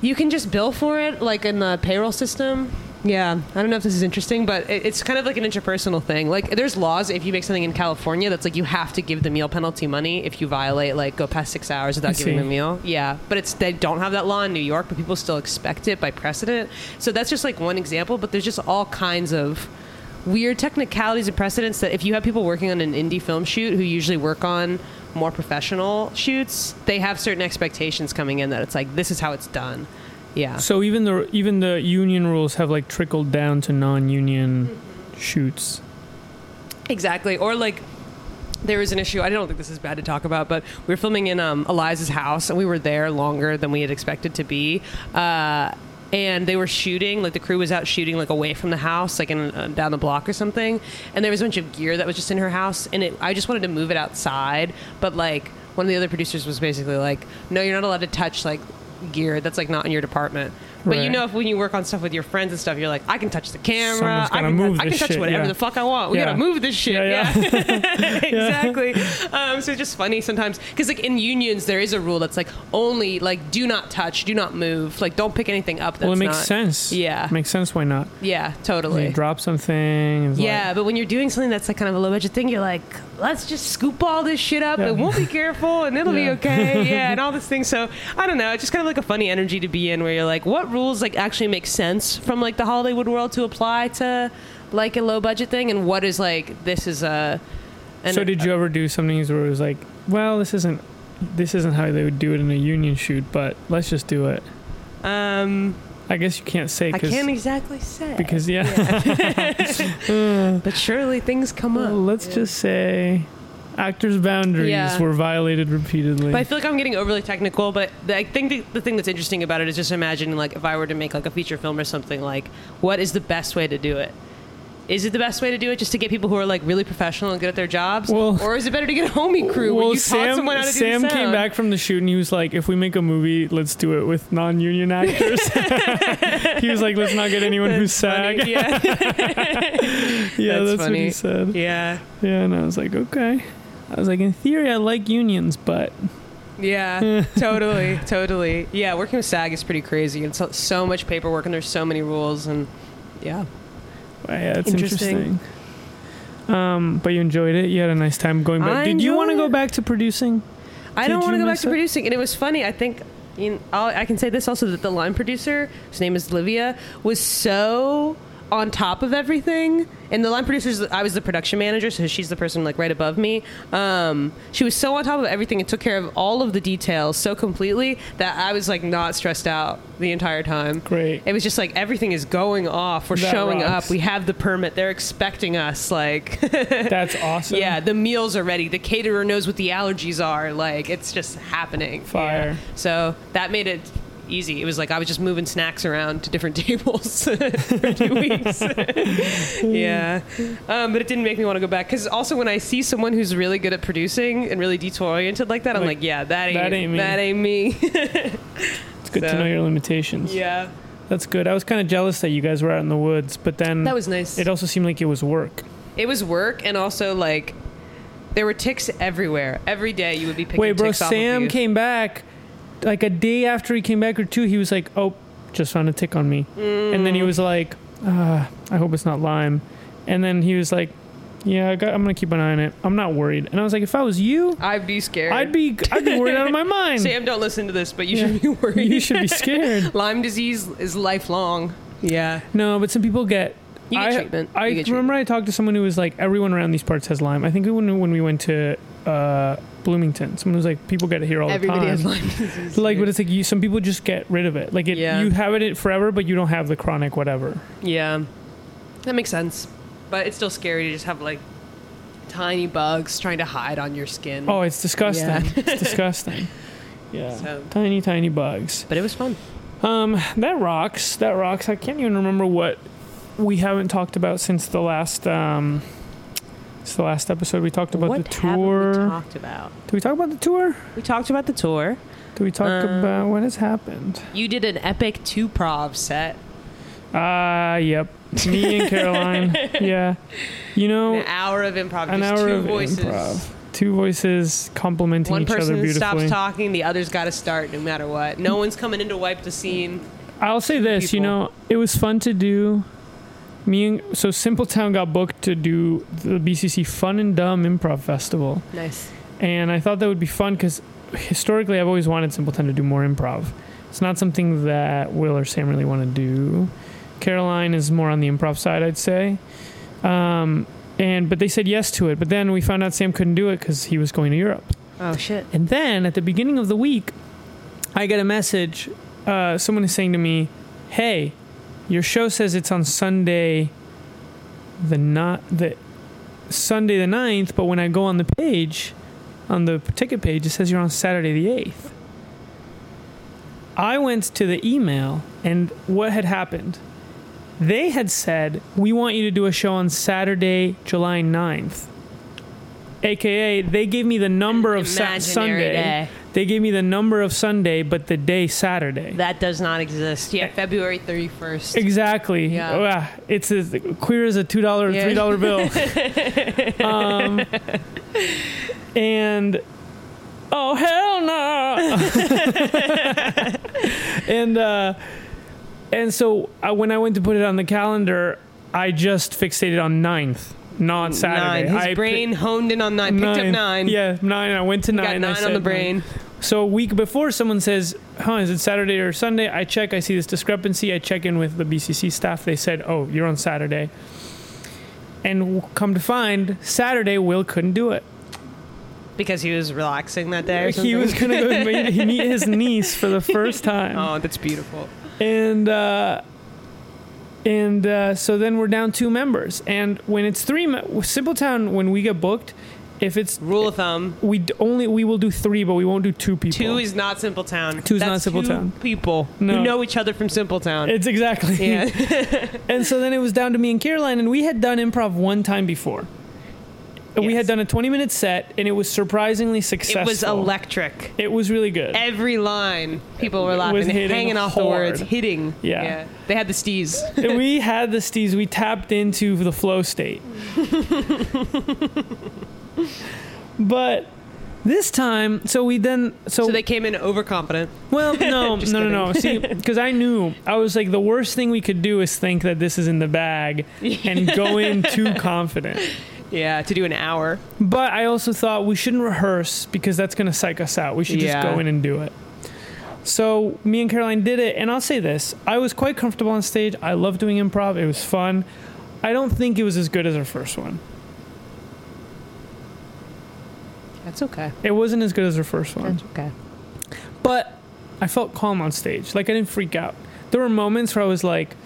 S3: You can just bill for it, like in the payroll system. Yeah, I don't know if this is interesting, but it, it's kind of like an interpersonal thing. Like, there's laws if you make something in California that's like you have to give the meal penalty money if you violate, like, go past six hours without
S2: I
S3: giving
S2: see.
S3: the meal. Yeah, but it's they don't have that law in New York, but people still expect it by precedent. So that's just like one example, but there's just all kinds of weird technicalities and precedents that if you have people working on an indie film shoot who usually work on more professional shoots, they have certain expectations coming in that it's like this is how it's done. Yeah.
S2: So even the even the union rules have like trickled down to non-union shoots.
S3: Exactly. Or like there was an issue. I don't think this is bad to talk about, but we were filming in um, Eliza's house, and we were there longer than we had expected to be. Uh, and they were shooting, like the crew was out shooting, like away from the house, like in, uh, down the block or something. And there was a bunch of gear that was just in her house, and it, I just wanted to move it outside. But like one of the other producers was basically like, "No, you're not allowed to touch like gear that's like not in your department." But you
S2: Right.
S3: know, if when you work on stuff with your friends and stuff, you're like, I can touch the camera.
S2: Someone's
S3: I
S2: gotta
S3: can,
S2: move
S3: touch, I
S2: this
S3: can touch
S2: shit,
S3: whatever
S2: yeah.
S3: the fuck I want. We
S2: Yeah.
S3: gotta move this shit.
S2: Yeah,
S3: Yeah, exactly. Um, so it's just funny sometimes because like in unions, there is a rule that's like only like do not touch, do not move, like don't pick anything up. That's
S2: well, it makes
S3: not-
S2: sense.
S3: Yeah.
S2: Makes sense. Why not?
S3: Yeah,
S2: You
S3: totally.
S2: drop something. it's
S3: Yeah, but when you're doing something that's like kind of a low budget thing, you're like, let's just scoop all this shit up
S2: Yeah.
S3: and we'll be careful and it'll
S2: Yeah.
S3: be okay. Yeah, and all this thing. So I don't know. It's just kind of like a funny energy to be in where you're like, what rules like actually make sense from like the Hollywood world to apply to like a low budget thing and what is like this is a
S2: Like,
S3: and
S2: so did you ever do something where it was like, well, this isn't, this isn't how they would do it in a union shoot, but let's just do it.
S3: um
S2: I guess you can't say
S3: I
S2: cause,
S3: can't e- exactly say.
S2: because yeah.
S3: but surely things come
S2: Well,
S3: up.
S2: let's just say, actors' boundaries
S3: Yeah.
S2: were violated repeatedly.
S3: But I feel like I'm getting overly technical. But th- I think the, the thing that's interesting about it is just imagining, like, if I were to make like a feature film or something, like, what is the best way to do it? Is it the best way to do it just to get people who are like really professional and good at their jobs,
S2: Well-
S3: or is it better to get a homie crew where you taught someone how to
S2: Sam
S3: do the sound?
S2: came back from the shoot and he was like, "If we make a movie, let's do it with non-union actors." he was like, "Let's not get anyone who's SAG."
S3: Funny, yeah,
S2: yeah,
S3: That's
S2: that's, what
S3: funny.
S2: he said.
S3: yeah,
S2: Yeah, and I was like, "Okay." I was like, "In theory, I like unions, but
S3: yeah, totally, totally. Yeah, working with SAG is pretty crazy. It's so, so much paperwork and there's so many rules and yeah.
S2: uh, yeah, it's
S3: Interesting.
S2: interesting." Um, but you enjoyed it. You had a nice time going back.
S3: I
S2: Did you
S3: enjoyed
S2: want to go
S3: it.
S2: back to producing?
S3: I
S2: Did
S3: don't want to
S2: you
S3: go back
S2: mess
S3: to
S2: up?
S3: producing. And it was funny. I think in, I'll, I can say this also that the line producer, whose name is Livia, was so on top of everything. And the line producer, is- I was the production manager, so she's the person like right above me. Um, she was so on top of everything and took care of all of the details so completely that I was like not stressed out the entire time.
S2: Great.
S3: It was just like everything is going off. We're
S2: That
S3: showing
S2: rocks.
S3: up. We have the permit. They're expecting us. Like.
S2: That's awesome.
S3: Yeah, the meals are ready. The caterer knows what the allergies are. Like it's just happening.
S2: Fire.
S3: Yeah. So that made it easy. It was like I was just moving snacks around to different tables for two weeks. yeah, um, but it didn't make me want to go back because also when I see someone who's really good at producing and really detail oriented like that, I'm
S2: Like,
S3: like, yeah, that ain't
S2: that ain't me.
S3: That ain't me.
S2: it's good
S3: so-
S2: to know your limitations.
S3: yeah,
S2: That's good. I was kind of jealous that you guys were out in the woods, but then
S3: that was nice.
S2: it also seemed like it was work.
S3: It was work and also like. There were ticks everywhere. Every day you would be picking
S2: Wait, bro,
S3: ticks off of
S2: Sam
S3: you.
S2: came back like a day after he came back or two. He was like, "Oh, just found a tick on me," and
S3: Mm.
S2: then he was like, uh, "I hope it's not Lyme," and then he was like, "Yeah, I got, I'm gonna keep an eye on it. I'm not worried." And I was like, "If I was you,
S3: I'd be scared.
S2: I'd be I'd be worried out of my mind.
S3: Sam, don't listen to this, but you
S2: Yeah.
S3: should be worried.
S2: you should be scared."
S3: Lyme disease is lifelong. Yeah.
S2: No, but some people get.
S3: You get
S2: I,
S3: treatment.
S2: I
S3: You get
S2: remember I talked to someone who was like, everyone around these parts has Lyme. I think when when we went to uh, Bloomington, someone was like, people get it here all the
S3: Everybody
S2: time.
S3: has Lyme disease.
S2: like but it's like you some people just get rid of it like it,
S3: Yeah.
S2: you have it forever but you don't have the chronic whatever
S3: yeah. That makes sense. But it's still scary to just have like tiny bugs trying to hide on your skin.
S2: oh it's disgusting
S3: Mm. Yeah.
S2: it's disgusting yeah
S3: So-
S2: tiny tiny bugs
S3: Um, But it was fun.
S2: um that rocks that rocks i can't even remember what we haven't talked about since the last um it's the last episode we talked about
S3: what
S2: the tour
S3: have we talked about?
S2: did we talk about the tour
S3: We talked about the tour.
S2: did we talk
S3: Um,
S2: about what has happened
S3: You did an epic two prov set.
S2: ah yep me and caroline yeah you know
S3: An hour of improv.
S2: Oh. an
S3: just
S2: hour
S3: two
S2: of
S3: voices.
S2: improv. Two voices complementing
S3: One
S2: each other
S3: person stops
S2: beautifully.
S3: talking, the other's got to start no matter what. No one's coming in to wipe the scene.
S2: I'll say this, you
S3: people.
S2: know, it was fun to do. Me and so Simple Town got booked to do the BCC Fun and Dumb Improv Festival,
S3: Nice.
S2: and I thought that would be fun because historically I've always wanted Simple Town to do more improv. It's not something that Will or Sam really want to do. Caroline is more on the improv side, I'd say. Um, and but they said yes to it, but then we found out Sam couldn't do it because he was going to Europe.
S3: Oh shit.
S2: And then at the beginning of the week, I get a message. Uh, someone is saying to me, "Hey, your show says it's on Sunday, the not the Sunday the 9th, but when I go on the page, on the ticket page, it says you're on Saturday the eighth. I went to the email, and what had happened? They had said, "We want you to do a show on Saturday, July 9th." AKA, they gave me the number of sa-
S3: Imaginary
S2: Sunday
S3: day.
S2: They gave me the number of Sunday, but the day Saturday.
S3: That does not exist. Yeah, February 31st.
S2: Eh. Exactly.
S3: Yeah.
S2: Wow. It's as queer as a two dollar,
S3: Yeah.
S2: three dollar bill. um, and oh hell no! and uh, and so I, when I went to put it on the calendar, I just fixated on 9th, not Saturday.
S3: Nine. His
S2: I pi-
S3: brain honed in on nine. Picked up nine.
S2: Yeah, nine. I went to
S3: Got
S2: nine.
S3: nine
S2: I
S3: on
S2: said
S3: the brain.
S2: So a week before, someone says, "Huh, is it Saturday or Sunday?" I check. I see this discrepancy. I check in with the BCC staff. They said, "Oh, you're on Saturday." And w- come to find, Saturday Will couldn't do it.
S3: Because he was relaxing that day. Or
S2: He
S3: something.
S2: was gonna go meet, meet his niece for the first time.
S3: Oh, that's beautiful.
S2: and uh, and uh, so then we're down two members. And when it's three, me- Simpletown, when we get booked, if it's
S3: Rule of thumb:
S2: we d- only we will do three, but we won't do two people.
S3: two is not Simple Town.
S2: Two is
S3: That's
S2: not Simple
S3: two
S2: Town.
S3: People
S2: No.
S3: who know each other from Simple Town.
S2: It's exactly.
S3: yeah.
S2: and so then it was down to me and Caroline, and we had done improv one time before. And We
S3: Yes.
S2: had done a 20 minute set, and it was surprisingly successful.
S3: it was electric.
S2: It was really good.
S3: Every line, people were laughing,
S2: hitting
S3: hanging off the
S2: hard.
S3: words, hitting.
S2: Yeah.
S3: They had the stees.
S2: And we had the steez, we tapped into the flow state. but this time, so we then. So,
S3: so they came in overconfident.
S2: well, no, no,
S3: Just
S2: no, no. See, because I knew, I was like, the worst thing we could do is think that this is in the bag and go in too confident.
S3: Yeah, to do an hour.
S2: But I also thought we shouldn't rehearse because that's going to psych us out. We should
S3: Yeah.
S2: just go in and do it. So me and Caroline did it, and I'll say this: I was quite comfortable on stage. I love doing improv; it was fun. I don't think it was as good as our first one.
S3: That's okay.
S2: It wasn't as good as our first one,
S3: okay.
S2: but I felt calm on stage. Like I didn't freak out. There were moments where I was like,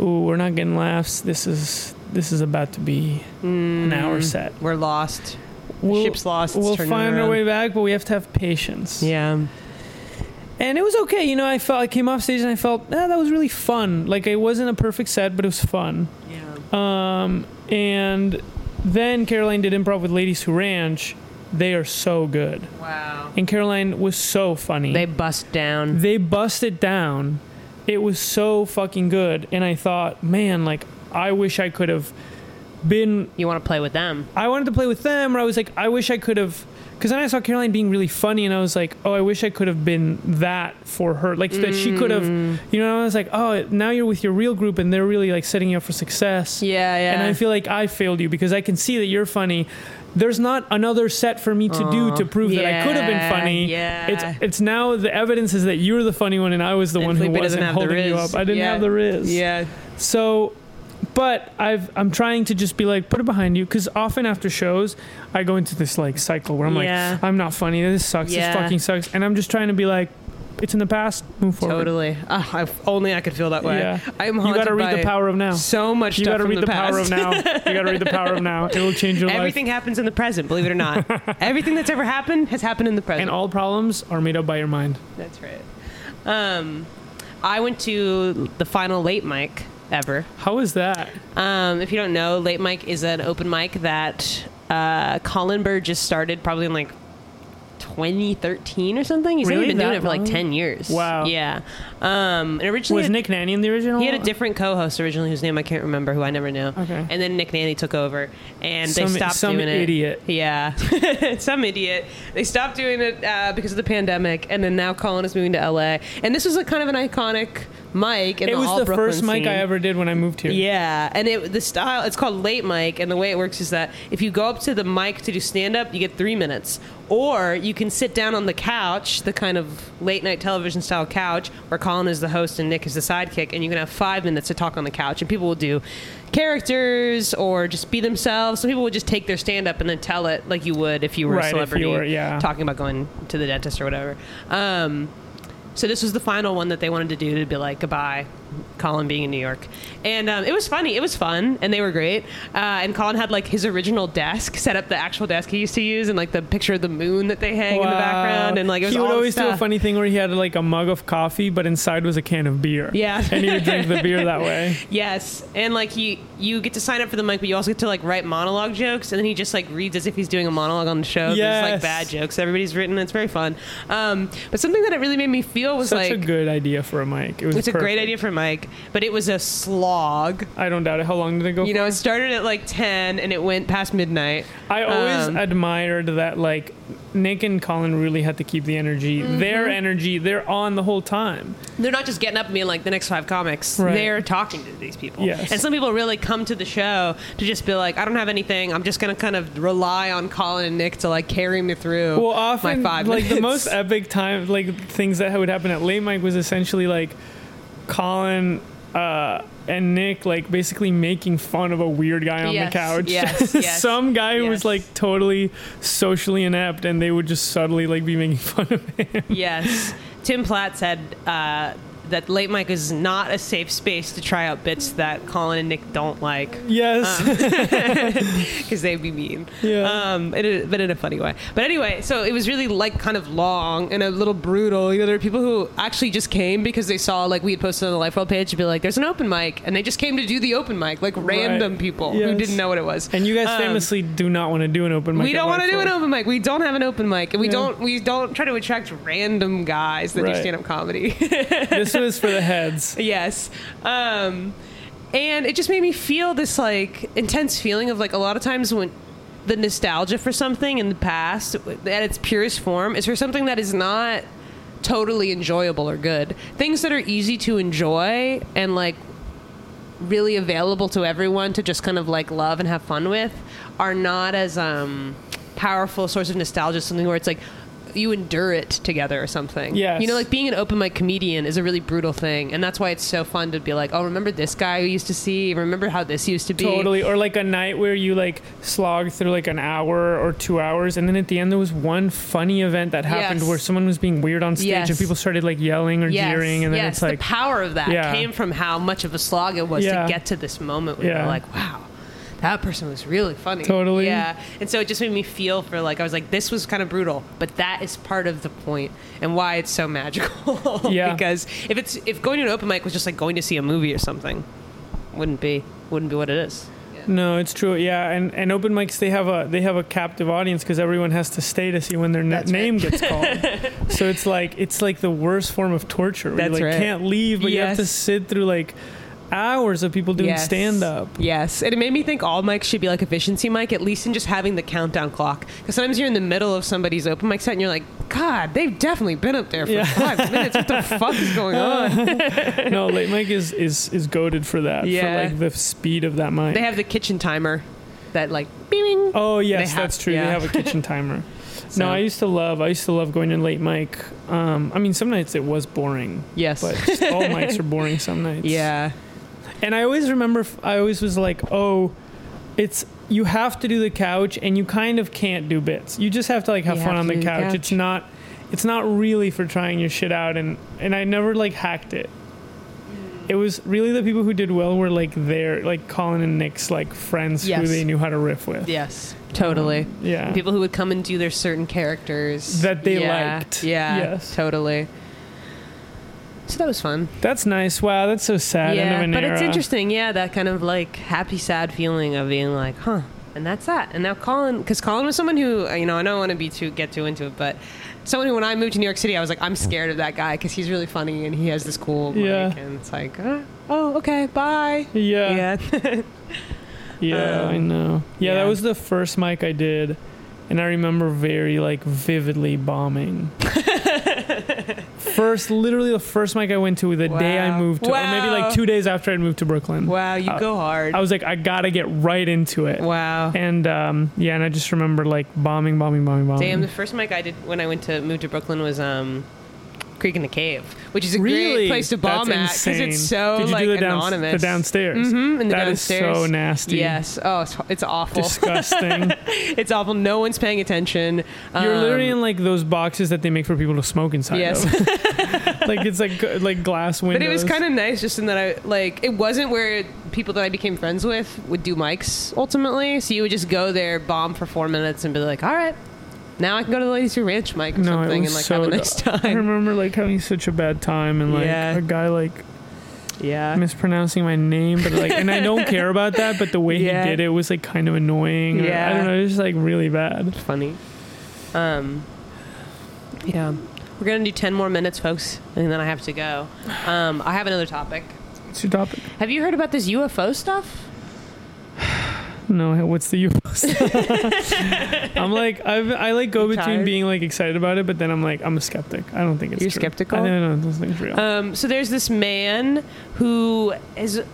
S2: "Ooh, we're not getting laughs. This is this is about to be an hour set.
S3: We're lost.
S2: We'll,
S3: Mm. Ship's lost. It's
S2: We'll
S3: turning
S2: find our
S3: around.
S2: way back, but we have to have patience."
S3: Yeah.
S2: and it was okay. You know, I felt I came off stage and I felt ah, that was really fun. Like it wasn't a perfect set, but it was fun.
S3: Yeah.
S2: Um, and then Caroline did improv with Ladies Who Ranch. They are so good,
S3: Wow.
S2: and Caroline was so funny.
S3: They bust down.
S2: they bust it down. It was so fucking good, and I thought, man, like I wish I could have been
S3: You want to play with them.
S2: I wanted to play with them, or I was like, I wish I could have. Because then I saw Caroline being really funny, and I was like, oh, I wish I could have been that for her. Like, that she could have,
S3: Mm.
S2: you know, I was like, oh, now you're with your real group, and they're really like setting you up for success.
S3: Yeah, yeah.
S2: And I feel like I failed you because I can see that you're funny. There's not another set for me to do to prove that I could have been
S3: yeah,
S2: funny.
S3: yeah.
S2: It's it's now the evidence is that you're the funny one and I was the one who
S3: Felipe
S2: wasn't holding you up. I didn't
S3: Yeah.
S2: have the riz.
S3: Yeah.
S2: So, but I've I'm trying to just be like put it behind you because often after shows I go into this like cycle where I'm
S3: Yeah.
S2: like I'm not funny. This sucks.
S3: Yeah.
S2: This fucking sucks. And I'm just trying to be like it's in the past. Move forward.
S3: Totally. Ah, I, if only I could feel that way.
S2: Yeah.
S3: I'm
S2: You
S3: haunted
S2: got to read
S3: by
S2: the power of now.
S3: So much
S2: You
S3: stuff
S2: got to
S3: from
S2: read
S3: the,
S2: the, power of
S3: past.
S2: now. You got to read the power of now. It will change your
S3: Everything
S2: life.
S3: happens in the present. Believe it or not, everything that's ever happened has happened in the present.
S2: And all problems are made up by your mind.
S3: That's right. Um, I went to the final late mic ever.
S2: How is that?
S3: Um, if you don't know, late mic is an open mic that uh, Colin Burr just started probably in like 2013 or something. He's only
S2: Really?
S3: been doing
S2: That
S3: it for like
S2: long?
S3: 10 years.
S2: Wow.
S3: Yeah. Um, and originally
S2: Was Nick Nanny in the original?
S3: he had a different co-host originally, whose name I can't remember, who I never knew.
S2: Okay.
S3: And then Nick Nanny took over, and
S2: Some-
S3: they stopped
S2: some
S3: doing it.
S2: idiot.
S3: Yeah, some idiot. They stopped doing it uh, because of the pandemic, and then now Colin is moving to LA. And this was a kind of an iconic mic. In
S2: It
S3: the all
S2: was the
S3: Brooklyn
S2: first mic I
S3: scene.
S2: ever did when I moved here.
S3: Yeah, and it the style it's called late mic, and the way it works is that if you go up to the mic to do stand up, you get three minutes, or you can sit down on the couch, the kind of late night television style couch where Colin is the host and Nick is the sidekick, and you can have five minutes to talk on the couch, and people will do characters or just be themselves. Some people would just take their stand up and then tell it like you would if you were
S2: Right,
S3: a
S2: if you
S3: celebrity,
S2: were- yeah.
S3: talking about going to the dentist or whatever. Um, so this was the final one that they wanted to do to be like goodbye Colin being in New York. And um, it was funny. It was fun, and they were great. Uh, and Colin had like his original desk set up, the actual desk he used to use, and like the picture of the moon that they hang in the
S2: Wow.
S3: background, and like it was
S2: he would
S3: all
S2: always
S3: stuff.
S2: do a funny thing where he had like a mug of coffee, but inside was a can of beer.
S3: Yeah.
S2: and he would drink the beer that way.
S3: Yes, and like you, you get to sign up for the mic, but you also get to like write monologue jokes, and then he just like reads as if he's doing a monologue on the show. There's
S2: Yes.
S3: like bad jokes everybody's written. It's very fun. Um, but something that it really made me feel was
S2: Such
S3: like
S2: a good idea for a mic. It was.
S3: it's a great
S2: perfect.
S3: idea for a mic, but it was a slog.
S2: I don't doubt it. How long did it go?
S3: You know, it started at like ten and it went past midnight.
S2: I always
S3: Um,
S2: admired that like Nick and Colin really had to keep the energy,
S3: Mm-hmm.
S2: their energy, they're on the whole time.
S3: They're not just getting up and being like the next five comics.
S2: Right.
S3: They're talking to these people.
S2: Yes.
S3: And some people really come to the show to just be like, I don't have anything. I'm just gonna kind of rely on Colin and Nick to like carry me through.
S2: Well, often
S3: my five
S2: like the
S3: minutes."
S2: most epic time, like things that would happen at late mic was essentially like Colin uh, and Nick like basically making fun of a weird guy on
S3: Yes,
S2: the couch.
S3: yes, yes,
S2: Some guy who
S3: yes.
S2: was like totally socially inept, and they would just subtly like be making fun of him.
S3: yes. Tim Platt said uh, that late mic is not a safe space to try out bits that Colin and Nick don't like.
S2: yes,
S3: Um, because they'd be mean.
S2: Yeah.
S3: Um, in a, but in a funny way. But anyway, so it was really like kind of long and a little brutal. You know, there were people who actually just came because they saw like we had posted on the Life World page to be like, "There's an open mic," and they just came to do the open mic, like random people who
S2: Yes.
S3: didn't know what it was.
S2: and you guys
S3: Um,
S2: famously do not want to do an open mic.
S3: we
S2: at
S3: don't want to do
S2: Whiteford.
S3: an open mic. We don't have an open mic, and we
S2: Yeah.
S3: don't we don't try to attract random guys that do
S2: Right.
S3: stand up comedy.
S2: This was for the heads.
S3: yes um and it just made me feel this like intense feeling of like a lot of times when the nostalgia for something in the past at its purest form is for something that is not totally enjoyable or good things that are easy to enjoy and like really available to everyone to just kind of like love and have fun with are not as um powerful source of nostalgia something where it's like you endure it together or something
S2: Yes.
S3: you know like being an open mic comedian is a really brutal thing and that's why it's so fun to be like oh remember this guy we used to see remember how this used to be
S2: Totally. Or like a night where you like slog through like an hour or two hours, and then at the end there was one funny event that happened
S3: Yes.
S2: where someone was being weird on stage
S3: Yes.
S2: and people started like yelling or
S3: yes,
S2: jeering, and then
S3: yes
S2: it's like
S3: the power of that
S2: Yeah.
S3: came from how much of a slog it was
S2: Yeah.
S3: to get to this moment where
S2: Yeah.
S3: you're like wow that person was really funny
S2: Totally.
S3: yeah and so it just made me feel for like i was like this was kind of brutal but that is part of the point and why it's so magical
S2: Yeah.
S3: because if it's if going to an open mic was just like going to see a movie or something wouldn't be wouldn't be what it is
S2: no, it's true. Yeah, and and open mics they have a they have a captive audience because everyone has to stay to see when their na-
S3: That's
S2: name gets called. so it's like it's like the worst form of torture. where you
S3: That's
S2: like
S3: right.
S2: can't leave, but you have to
S3: Yes.
S2: sit through like hours of people doing
S3: Yes.
S2: stand up.
S3: Yes, and it made me think all mics should be like efficiency mic, at least in just having the countdown clock. Because sometimes you're in the middle of somebody's open mic set and you're like, God, they've definitely been up there for
S2: Yeah.
S3: five minutes. What the fuck is going on?
S2: no, late mic is is is goaded for that. for
S3: Yeah.
S2: like the speed of that mic.
S3: They have the kitchen timer that like, beeping.
S2: Oh yes,
S3: They have-
S2: that's true.
S3: yeah.
S2: They have a kitchen timer.
S3: So-
S2: No, I used to love. I used to love going in late mic. Um, I mean, some nights it was boring,
S3: Yes.
S2: but just all mics are boring some nights.
S3: yeah.
S2: and I always remember. f- I always was like, oh, it's you have to do the couch, and you kind of can't do bits. You just have to like have
S3: You
S2: fun
S3: have
S2: on
S3: to
S2: the
S3: do the
S2: couch. It's
S3: couch.
S2: not. It's not really for trying your shit out, and and I never like hacked it. It was really the people who did well were like their like Colin and Nick's like friends who
S3: Yes.
S2: they knew how to riff with.
S3: Yes. Totally.
S2: Yeah.
S3: People who would come and do their certain characters
S2: That they
S3: yeah.
S2: liked.
S3: Yeah.
S2: Yes.
S3: Totally. So that was fun.
S2: That's nice. Wow, that's so sad. End of
S3: yeah,
S2: an
S3: but it's
S2: era.
S3: interesting. Yeah, that kind of like happy, sad feeling of being like, huh, and that's that. And now Colin, because Colin was someone who uh, you know I don't want to be too get too into it, but someone who when I moved to New York City, I was like, I'm scared of that guy because he's really funny and he has this cool mic,
S2: Yeah.
S3: and it's like, uh, oh, okay, bye.
S2: Yeah, yeah,
S3: Yeah,
S2: I know. Yeah,
S3: Um, yeah.
S2: that was the first mic I did, and I remember very like vividly bombing. first, literally the first mic I went to the day I
S3: Wow.
S2: moved to, or maybe
S3: Wow.
S2: like two days after I moved to Brooklyn.
S3: wow, you
S2: Uh,
S3: go hard.
S2: I was like, I gotta get right into it.
S3: wow.
S2: And um, yeah, and I just remember like bombing, bombing, bombing, bombing.
S3: Damn, the first mic I did when I went to move to Brooklyn was um, Creek in the Cave, which is a
S2: really
S3: great place to bomb
S2: That's
S3: at because
S2: insane.
S3: it's so
S2: Did you
S3: like
S2: do the downs-
S3: anonymous.
S2: the downstairs.
S3: Mhm, in the
S2: That is
S3: downstairs.
S2: so nasty.
S3: Yes. Oh, it's, it's awful.
S2: Disgusting.
S3: It's awful. No one's paying attention.
S2: You're
S3: Um,
S2: literally in like those boxes that they make for people to smoke inside.
S3: Yes.
S2: Of. like it's like g- like glass windows.
S3: But it was kind of nice just in that I like it wasn't where people that I became friends with would do mics ultimately. So you would just go there, bomb for four minutes, and be like, all right, now I can go to the ladies who ranch mic or
S2: no, it
S3: something
S2: was
S3: and like
S2: so.
S3: have a nice
S2: I
S3: time.
S2: remember like having such a bad time and like
S3: Yeah.
S2: a guy like
S3: Yeah.
S2: mispronouncing my name, but like, and I don't care about that. But the way
S3: Yeah.
S2: he did it was like kind of annoying. or- I
S3: Yeah.
S2: don't know. It was just like really bad.
S3: Funny. Um, yeah. We're going to do 10 more minutes, folks, and then I have to go. Um, I have another topic.
S2: What's your topic?
S3: Have you heard about this UFO stuff?
S2: No, what's the UFO? I'm like I've, I like go
S3: You
S2: between
S3: tired?
S2: being like excited about it, but then I'm like I'm a skeptic. I don't think it's
S3: You're
S2: true.
S3: skeptical?
S2: I don't know if this thing's real.
S3: Um, so there's this man who has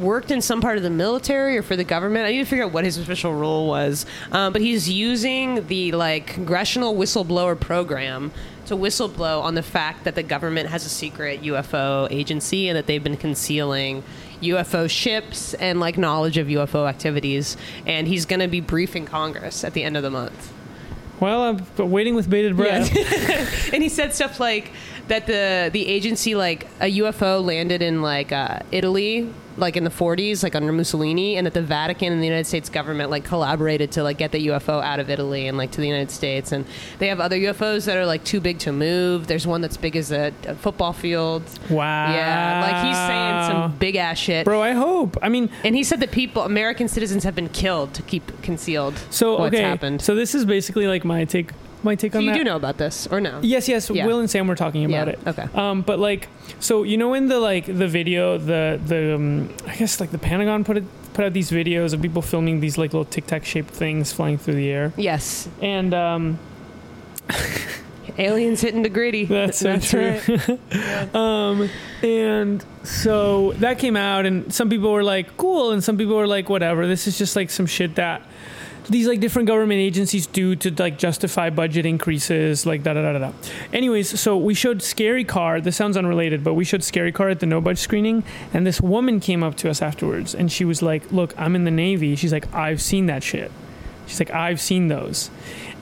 S3: worked in some part of the military or for the government. I need to figure out what his official role was, um, but he's using the like congressional whistleblower program to whistleblow on the fact that the government has a secret UFO agency and that they've been concealing UFO ships and like knowledge of UFO activities. And he's going to be briefing Congress at the end of the month.
S2: well, I'm but waiting with bated breath.
S3: and he said stuff like that the the agency like a UFO landed in like uh, Italy like in the 40s like under Mussolini and that the Vatican and the United States government like collaborated to like get the UFO out of Italy and like to the United States and they have other UFOs that are like too big to move there's one that's big as a, a football field
S2: Wow.
S3: yeah like he's saying some big ass shit
S2: Ah. Bro, I hope. I mean,
S3: and he said that people American citizens have been killed to keep concealed
S2: so
S3: what's
S2: okay.
S3: happened so,
S2: So this is basically like my take. My take on
S3: you
S2: that.
S3: do know about this or no
S2: Yes, yes.
S3: Yeah.
S2: Will and Sam were talking about
S3: Yeah,
S2: it.
S3: okay.
S2: Um, but like, so you know, in the like the video, the the um, I guess like the Pentagon put it put out these videos of people filming these like little tic tac shaped things flying through the air,
S3: yes
S2: and um,
S3: aliens hitting the gritty
S2: that's so true.
S3: right.
S2: Um, and so that came out, and some people were like, cool, and some people were like, whatever, this is just like some shit that these like different government agencies do to like justify budget increases, like da da da da da. Anyways, so we showed Scary Car. This sounds unrelated, but we showed Scary Car at the No Budge screening, and this woman came up to us afterwards, and she was like, look, I'm in the Navy. She's like, I've seen that shit. She's like, I've seen those.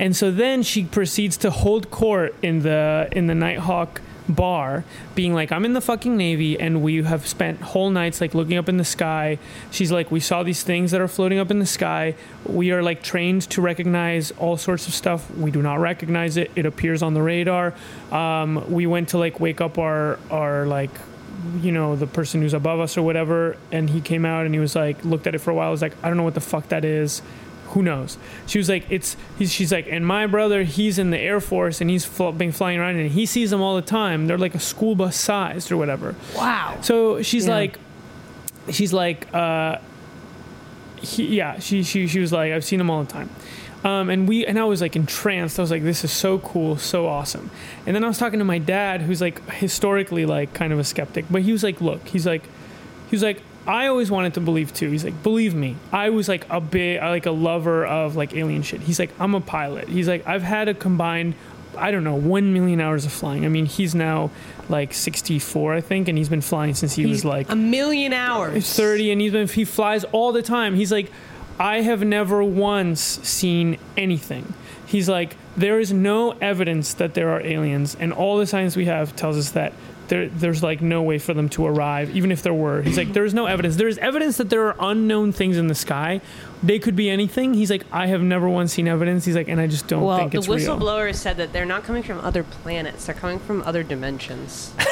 S2: And so then she proceeds to hold court in the in the Nighthawk bar, being like, I'm in the fucking Navy and we have spent whole nights like looking up in the sky. She's like, We saw these things that are floating up in the sky. We are like trained to recognize all sorts of stuff. We do not recognize it. It appears on the radar. Um, we went to like wake up our our like you know the person who's above us or whatever and he came out and he was like looked at it for a while was like i don't know what the fuck that is who knows she was like it's he's, she's like and my brother he's in the air force and he's fl- been flying around and he sees them all the time they're like a school bus sized or whatever
S3: Wow.
S2: so she's
S3: Yeah.
S2: like, she's like, uh, he, yeah, she, she, she was like, I've seen him all the time. Um, and we, and I was like entranced. I was like, this is so cool. So awesome. And then I was talking to my dad, who's like historically like kind of a skeptic, but he was like, look, he's like, he was like, I always wanted to believe too. He's like, believe me, I was like a big, like a lover of like alien shit. He's like, I'm a pilot. He's like, I've had a combined, I don't know, one million hours of flying. I mean, he's now like 64, I think, and he's been flying since he was like
S3: a million hours.
S2: 30 and he's been he flies all the time he's like i have never once seen anything he's like there is no evidence that there are aliens and all the science we have tells us that there, there's like no way for them to arrive even if there were he's like there's no evidence there's evidence that there are unknown things in the sky they could be anything he's like i have never once seen evidence he's like and i just don't
S3: Well,
S2: think
S3: the
S2: it's real
S3: whistleblower said that they're not coming from other planets; they're coming from other dimensions. So,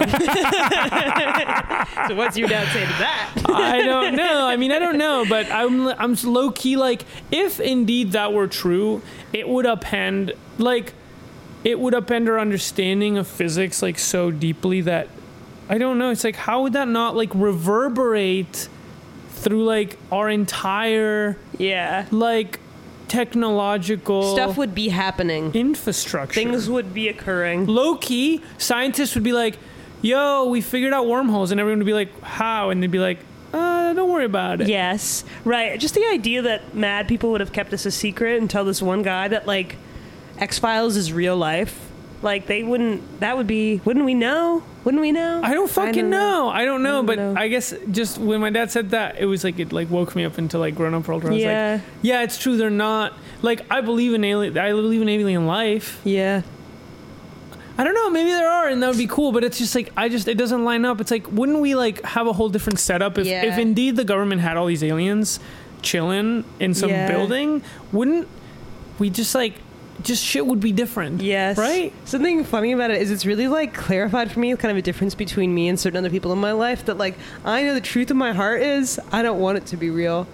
S3: So what's your dad say to that?
S2: I don't know. I mean, I don't know, but I'm I'm low key like if indeed that were true, it would upend like it would upend our understanding of physics like so deeply that I don't know. It's like how would that not like reverberate through like our entire
S3: Yeah,
S2: like technological
S3: stuff would be happening.
S2: infrastructure?
S3: Things would be occurring.
S2: low key, scientists would be like, "Yo, we figured out wormholes," and everyone would be like, "How?" and they'd be like, "Uh, don't worry about it."
S1: Yes, right. Just the idea that mad people would have kept this a secret until this one guy that like X Files is real life. Like they wouldn't. That would be. Wouldn't we know? Wouldn't we know?
S2: I don't fucking
S3: don't
S2: know.
S3: know.
S2: I don't know, but
S3: know.
S2: I guess just when my dad said that, it was like it like woke me up into like grown up world. Where I
S1: Yeah.
S2: was like, yeah, it's true. They're not like I believe in alien. I believe in alien life.
S3: Yeah,
S2: I don't know. Maybe there are, and that would be cool. But it's just like I just it doesn't line up. It's like wouldn't we like have a whole different setup if
S3: Yeah.
S2: if indeed the government had all these aliens chilling in some
S1: Yeah.
S2: building? Wouldn't we just like just shit would be different?
S1: Yes.
S2: Right.
S1: Something funny about it is it's really like clarified for me kind of a difference between me and certain other people in my life that like I know the truth of my heart is I don't want it to be real.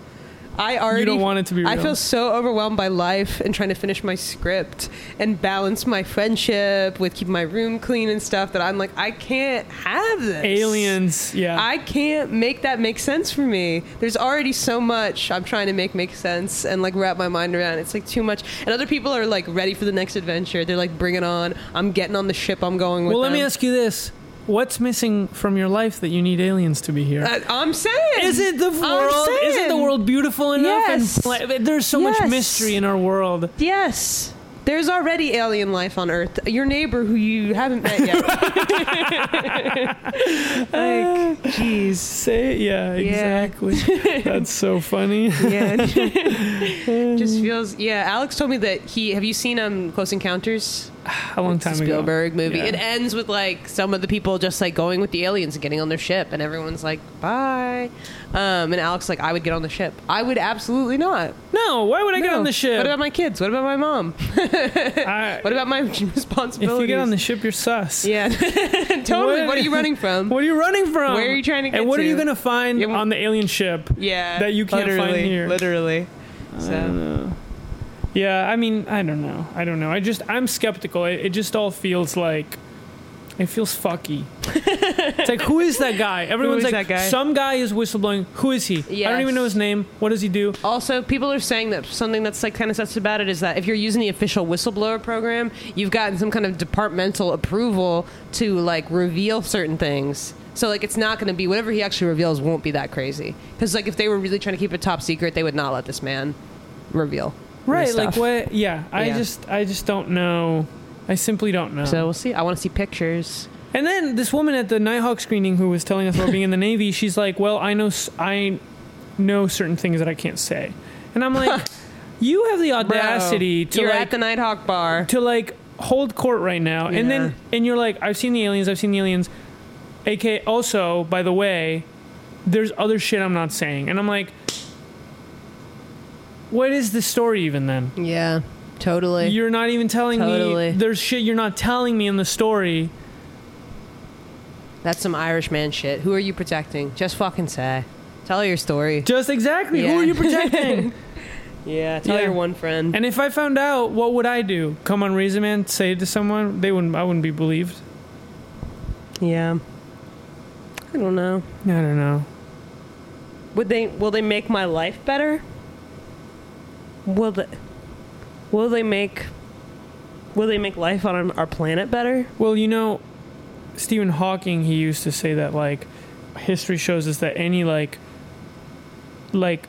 S1: I already
S2: don't want it to be
S1: I
S2: real.
S1: feel so overwhelmed by life and trying to finish my script and balance my friendship with keeping my room clean and stuff that I'm like I can't have this.
S2: Aliens. Yeah.
S1: I can't make that make sense for me. There's already so much I'm trying to make make sense and like wrap my mind around. It's like too much. And other people are like ready for the next adventure. They're like, bring it on. I'm getting on the ship. I'm going with.
S2: well, let me
S1: them."
S2: ask you this: What's missing from your life that you need aliens to be here?
S1: Uh, I'm saying.
S2: Isn't the
S1: I'm
S2: world isn't the
S1: saying.
S2: world beautiful enough?
S1: Yes.
S2: And pla- there's so much
S1: Yes.
S2: mystery in our world.
S1: Yes. There's already alien life on Earth. Your neighbor, who you haven't met yet. like, jeez.
S2: Say yeah, exactly. That's so funny.
S1: Yeah. Just feels. Yeah. Alex told me that he. Have you seen um Close Encounters?
S2: A long time ago.
S3: Spielberg movie.
S2: Yeah.
S3: It ends with like some of the people just like going with the aliens and getting on their ship, and everyone's like, "Bye." Um, and Alex like, "I would get on the ship. I would absolutely not.
S2: No, why would I get
S3: No.
S2: on the ship?
S3: What about my kids? What about my mom?
S2: I-
S3: What about my responsibilities?"
S2: if you get on the ship, you're sus.
S3: yeah, totally. What,
S2: What-
S3: are you running from?
S2: What are you running from?
S3: Where are you trying to get
S2: And what are you
S3: to?
S2: gonna find
S3: Yeah, well-
S2: on the alien ship?
S3: yeah,
S2: that you can't find
S3: literally,
S2: here?
S3: Literally. So
S2: Yeah, I mean, I don't know. I don't know. I just, I'm skeptical. It, it just all feels like, it feels fucky. it's like, who is that guy? Everyone's
S1: is that
S2: like,
S1: guy?
S2: some guy is whistleblowing. Who is he? I
S3: Yes.
S2: don't even know his name. What does he do?
S3: Also, people are saying that something that's like kind of sus about it is that if you're using the official whistleblower program, you've gotten some kind of departmental approval to like reveal certain things. So like it's not going to be whatever he actually reveals won't be that crazy. Because like if they were really trying to keep it top secret, they would not let this man reveal. any
S2: Right, like
S3: stuff.
S2: what? Yeah, I
S3: Yeah.
S2: just, I just don't know. I simply don't know.
S3: So we'll see. I want to see pictures.
S2: And then this woman at the Nighthawk screening who was telling us about being in the Navy, she's like, "Well, I know s- I know certain things that I can't say," and I'm like, "You have the
S3: Bro,
S2: audacity to
S3: you're
S2: like
S3: at the Nighthawk bar.
S2: to like hold court right now," and then and you're like, "I've seen the aliens. I've seen the aliens." AK also, by the way, there's other shit I'm not saying, and I'm like, "What is the story even then?"
S3: Yeah, totally.
S2: You're not even telling
S3: Totally.
S2: me there's shit you're not telling me in the story.
S3: that's some Irishman shit. Who are you protecting? Just fucking say. Tell your story.
S2: Just exactly
S3: Yeah.
S2: who are you protecting?
S1: Yeah. Tell
S2: Yeah.
S1: your one friend.
S2: And if I found out, what would I do? Come on, Razor Man, say it to someone? They wouldn't. I wouldn't be believed.
S1: Yeah. I don't know.
S2: I don't know.
S1: Would they? Will they make my life better? Will the? Will they make? Will they make life on our planet better?
S2: Well, you know, Stephen Hawking. He used to say that like history shows us that any like like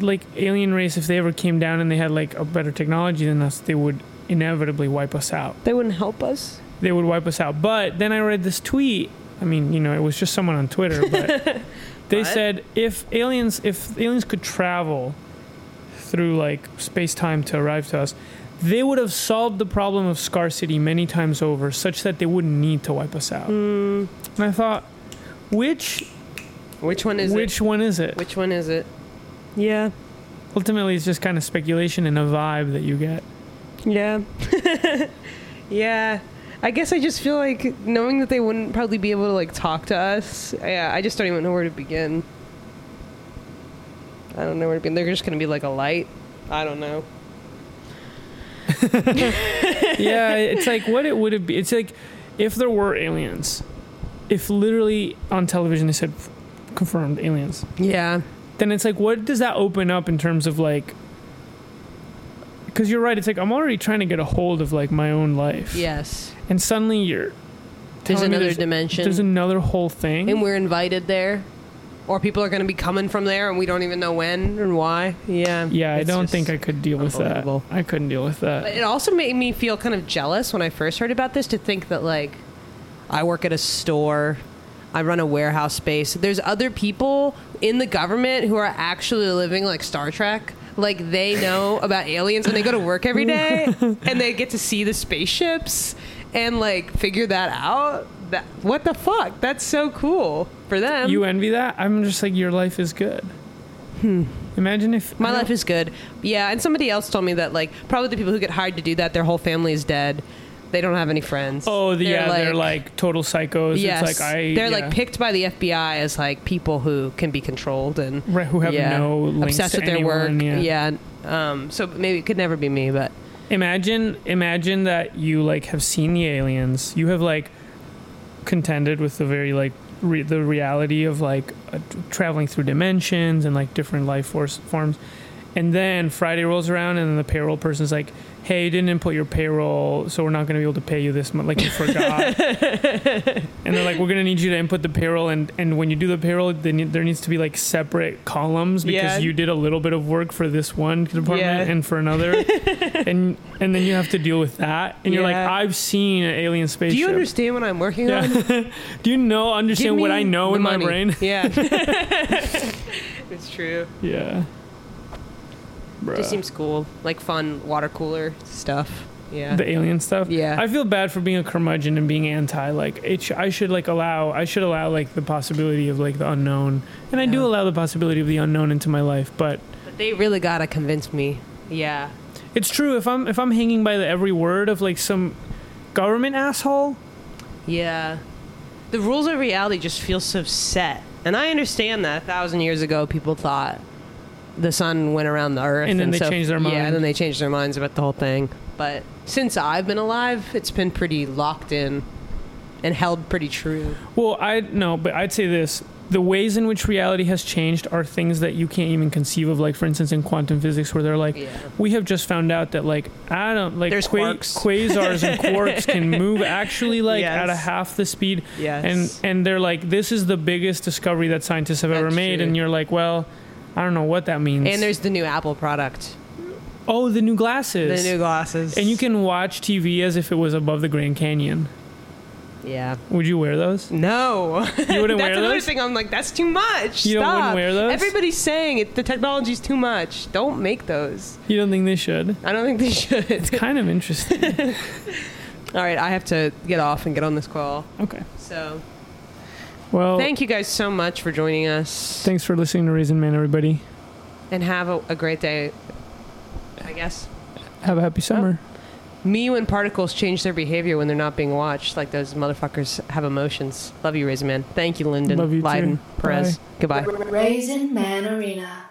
S2: like alien race, if they ever came down and they had like a better technology than us, they would inevitably wipe us out.
S1: They wouldn't help us.
S2: They would wipe us out. But then I read this tweet. I mean, you know, it was just someone on Twitter, but they said if aliens if aliens could travel through like space time to arrive to us, they would have solved the problem of scarcity many times over, such that they wouldn't need to wipe us out.
S3: Hmm.
S2: And I thought, which
S3: Which one is
S2: which one is it?
S3: it? Which one is it?
S1: Yeah.
S2: Ultimately, it's just kind of speculation and a vibe that you get.
S1: Yeah. yeah. I guess I just feel like knowing that they wouldn't probably be able to like talk to us. Yeah, I just don't even know where to begin. I don't know where to begin. They're just gonna be like a light. I don't know.
S2: yeah, it's like what it would it be? It's like if there were aliens, if literally on television they said f- confirmed aliens,
S3: Yeah.
S2: then it's like what does that open up in terms of like? Because you're right. It's like I'm already trying to get a hold of like my own life.
S3: Yes.
S2: And suddenly you're
S3: There's
S2: telling me
S3: another
S2: there's-
S3: dimension.
S2: There's another whole thing.
S3: and we're invited there, or people are going to be coming from there, and we don't even know when and why. Yeah.
S2: yeah, I
S3: It's
S2: don't
S3: just-
S2: think I could deal with that.
S3: unbelievable.
S2: I couldn't deal with that.
S3: But it also made me feel kind of jealous when I first heard about this to think that like I work at a store. I run a warehouse space. There's other people in the government who are actually living like Star Trek. Like they know about aliens and they go to work every day and they get to see the spaceships and like figure that out. That, what the fuck? That's so cool for them.
S2: You envy that? I'm just like, your life is good. Imagine if
S3: Hmm. My life is good. Yeah, and somebody else told me that like probably the people who get hired to do that, their whole family is dead. They don't have any friends.
S2: Oh, the, yeah, they're like total psychos.
S3: yes,
S2: It's like I.
S3: they're
S2: yeah.
S3: like picked by the FBI as like people who can be controlled and
S2: Right, who have
S3: yeah,
S2: no links
S3: obsessed
S2: to
S3: with their
S2: anyone,
S3: work.
S2: yeah.
S3: Um, so maybe it could never be me, but
S2: Imagine, imagine that you like have seen the aliens. You have like contended with the very like re- the reality of like uh, t- traveling through dimensions and like different life force forms. And then Friday rolls around, and then the payroll person's like, "Hey, you didn't input your payroll, so we're not going to be able to pay you this month. Like you forgot." and they're like, "We're going to need you to input the payroll, and and when you do the payroll, then you- there needs to be like separate columns because
S3: Yeah.
S2: you did a little bit of work for this one department
S3: Yeah.
S2: and for another, and and then you have to deal with that. And you're like,
S3: Yeah.
S2: I've seen an alien spaceship.
S3: do you understand what I'm working on?
S2: Yeah. Do you know
S3: Give
S2: understand what
S3: me
S2: I know
S3: the
S2: in
S3: money.
S2: my brain?
S3: Yeah, it's true.
S2: yeah. Bruh.
S3: Just seems cool, like fun water cooler stuff. Yeah,
S2: the alien stuff.
S3: Yeah.
S2: I feel bad for being a curmudgeon and being anti. Like, it sh- I should like allow. I should allow like the possibility of like the unknown, and I do
S3: Yeah.
S2: allow the possibility of the unknown into my life. But
S3: but they really gotta convince me. Yeah,
S2: it's true if I'm if I'm hanging by the every word of like some government asshole.
S3: Yeah. The rules of reality just feel so set. And I understand that a thousand years ago people thought the sun went around the earth.
S2: And then they
S3: so-
S2: changed their
S3: Yeah,
S2: mind.
S3: and then they changed their minds about the whole thing. But since I've been alive, it's been pretty locked in and held pretty true.
S2: Well, I no, but I'd say this: the ways in which reality has changed are things that you can't even conceive of. Like, for instance, in quantum physics, where they're like,
S3: Yeah.
S2: we have just found out that like atom, like
S3: There's quarks.
S2: quasars and quarks can move actually like
S3: Yes.
S2: at a half the speed.
S3: Yes.
S2: And and they're like, this is the biggest discovery that scientists have ever
S3: That's
S2: made.
S3: true.
S2: And you're like, well, I don't know what that means.
S3: And there's the new Apple product,
S2: oh, the new
S3: the
S2: glasses.
S3: new glasses.
S2: and you can watch TV as if it was above the Grand Canyon.
S3: Yeah.
S2: Would you wear those?
S3: No.
S2: You wouldn't
S3: that's
S2: wear
S3: another
S2: those.
S3: thing. I'm like, that's too much.
S2: You don't-
S3: Stop.
S2: wouldn't wear those?
S3: Everybody's saying it. The technology's too much. Don't make those.
S2: You don't think they should?
S3: I don't think they should.
S2: Kind of interesting.
S3: All right, I have to get off and get on this call.
S2: okay.
S3: So,
S2: Well,
S3: thank you guys so much for joining us
S2: Thanks for listening to Raisin Man, everybody.
S3: and have a, a great day. I guess.
S2: Have a happy summer.
S3: Me when particles change their behavior when they're not being watched, like those motherfuckers have emotions. Love you, Raisin Man. Thank you, Lyndon,
S2: Love you too.
S3: Biden, Perez.
S2: Bye.
S3: Goodbye.
S1: Raisin Man Arena.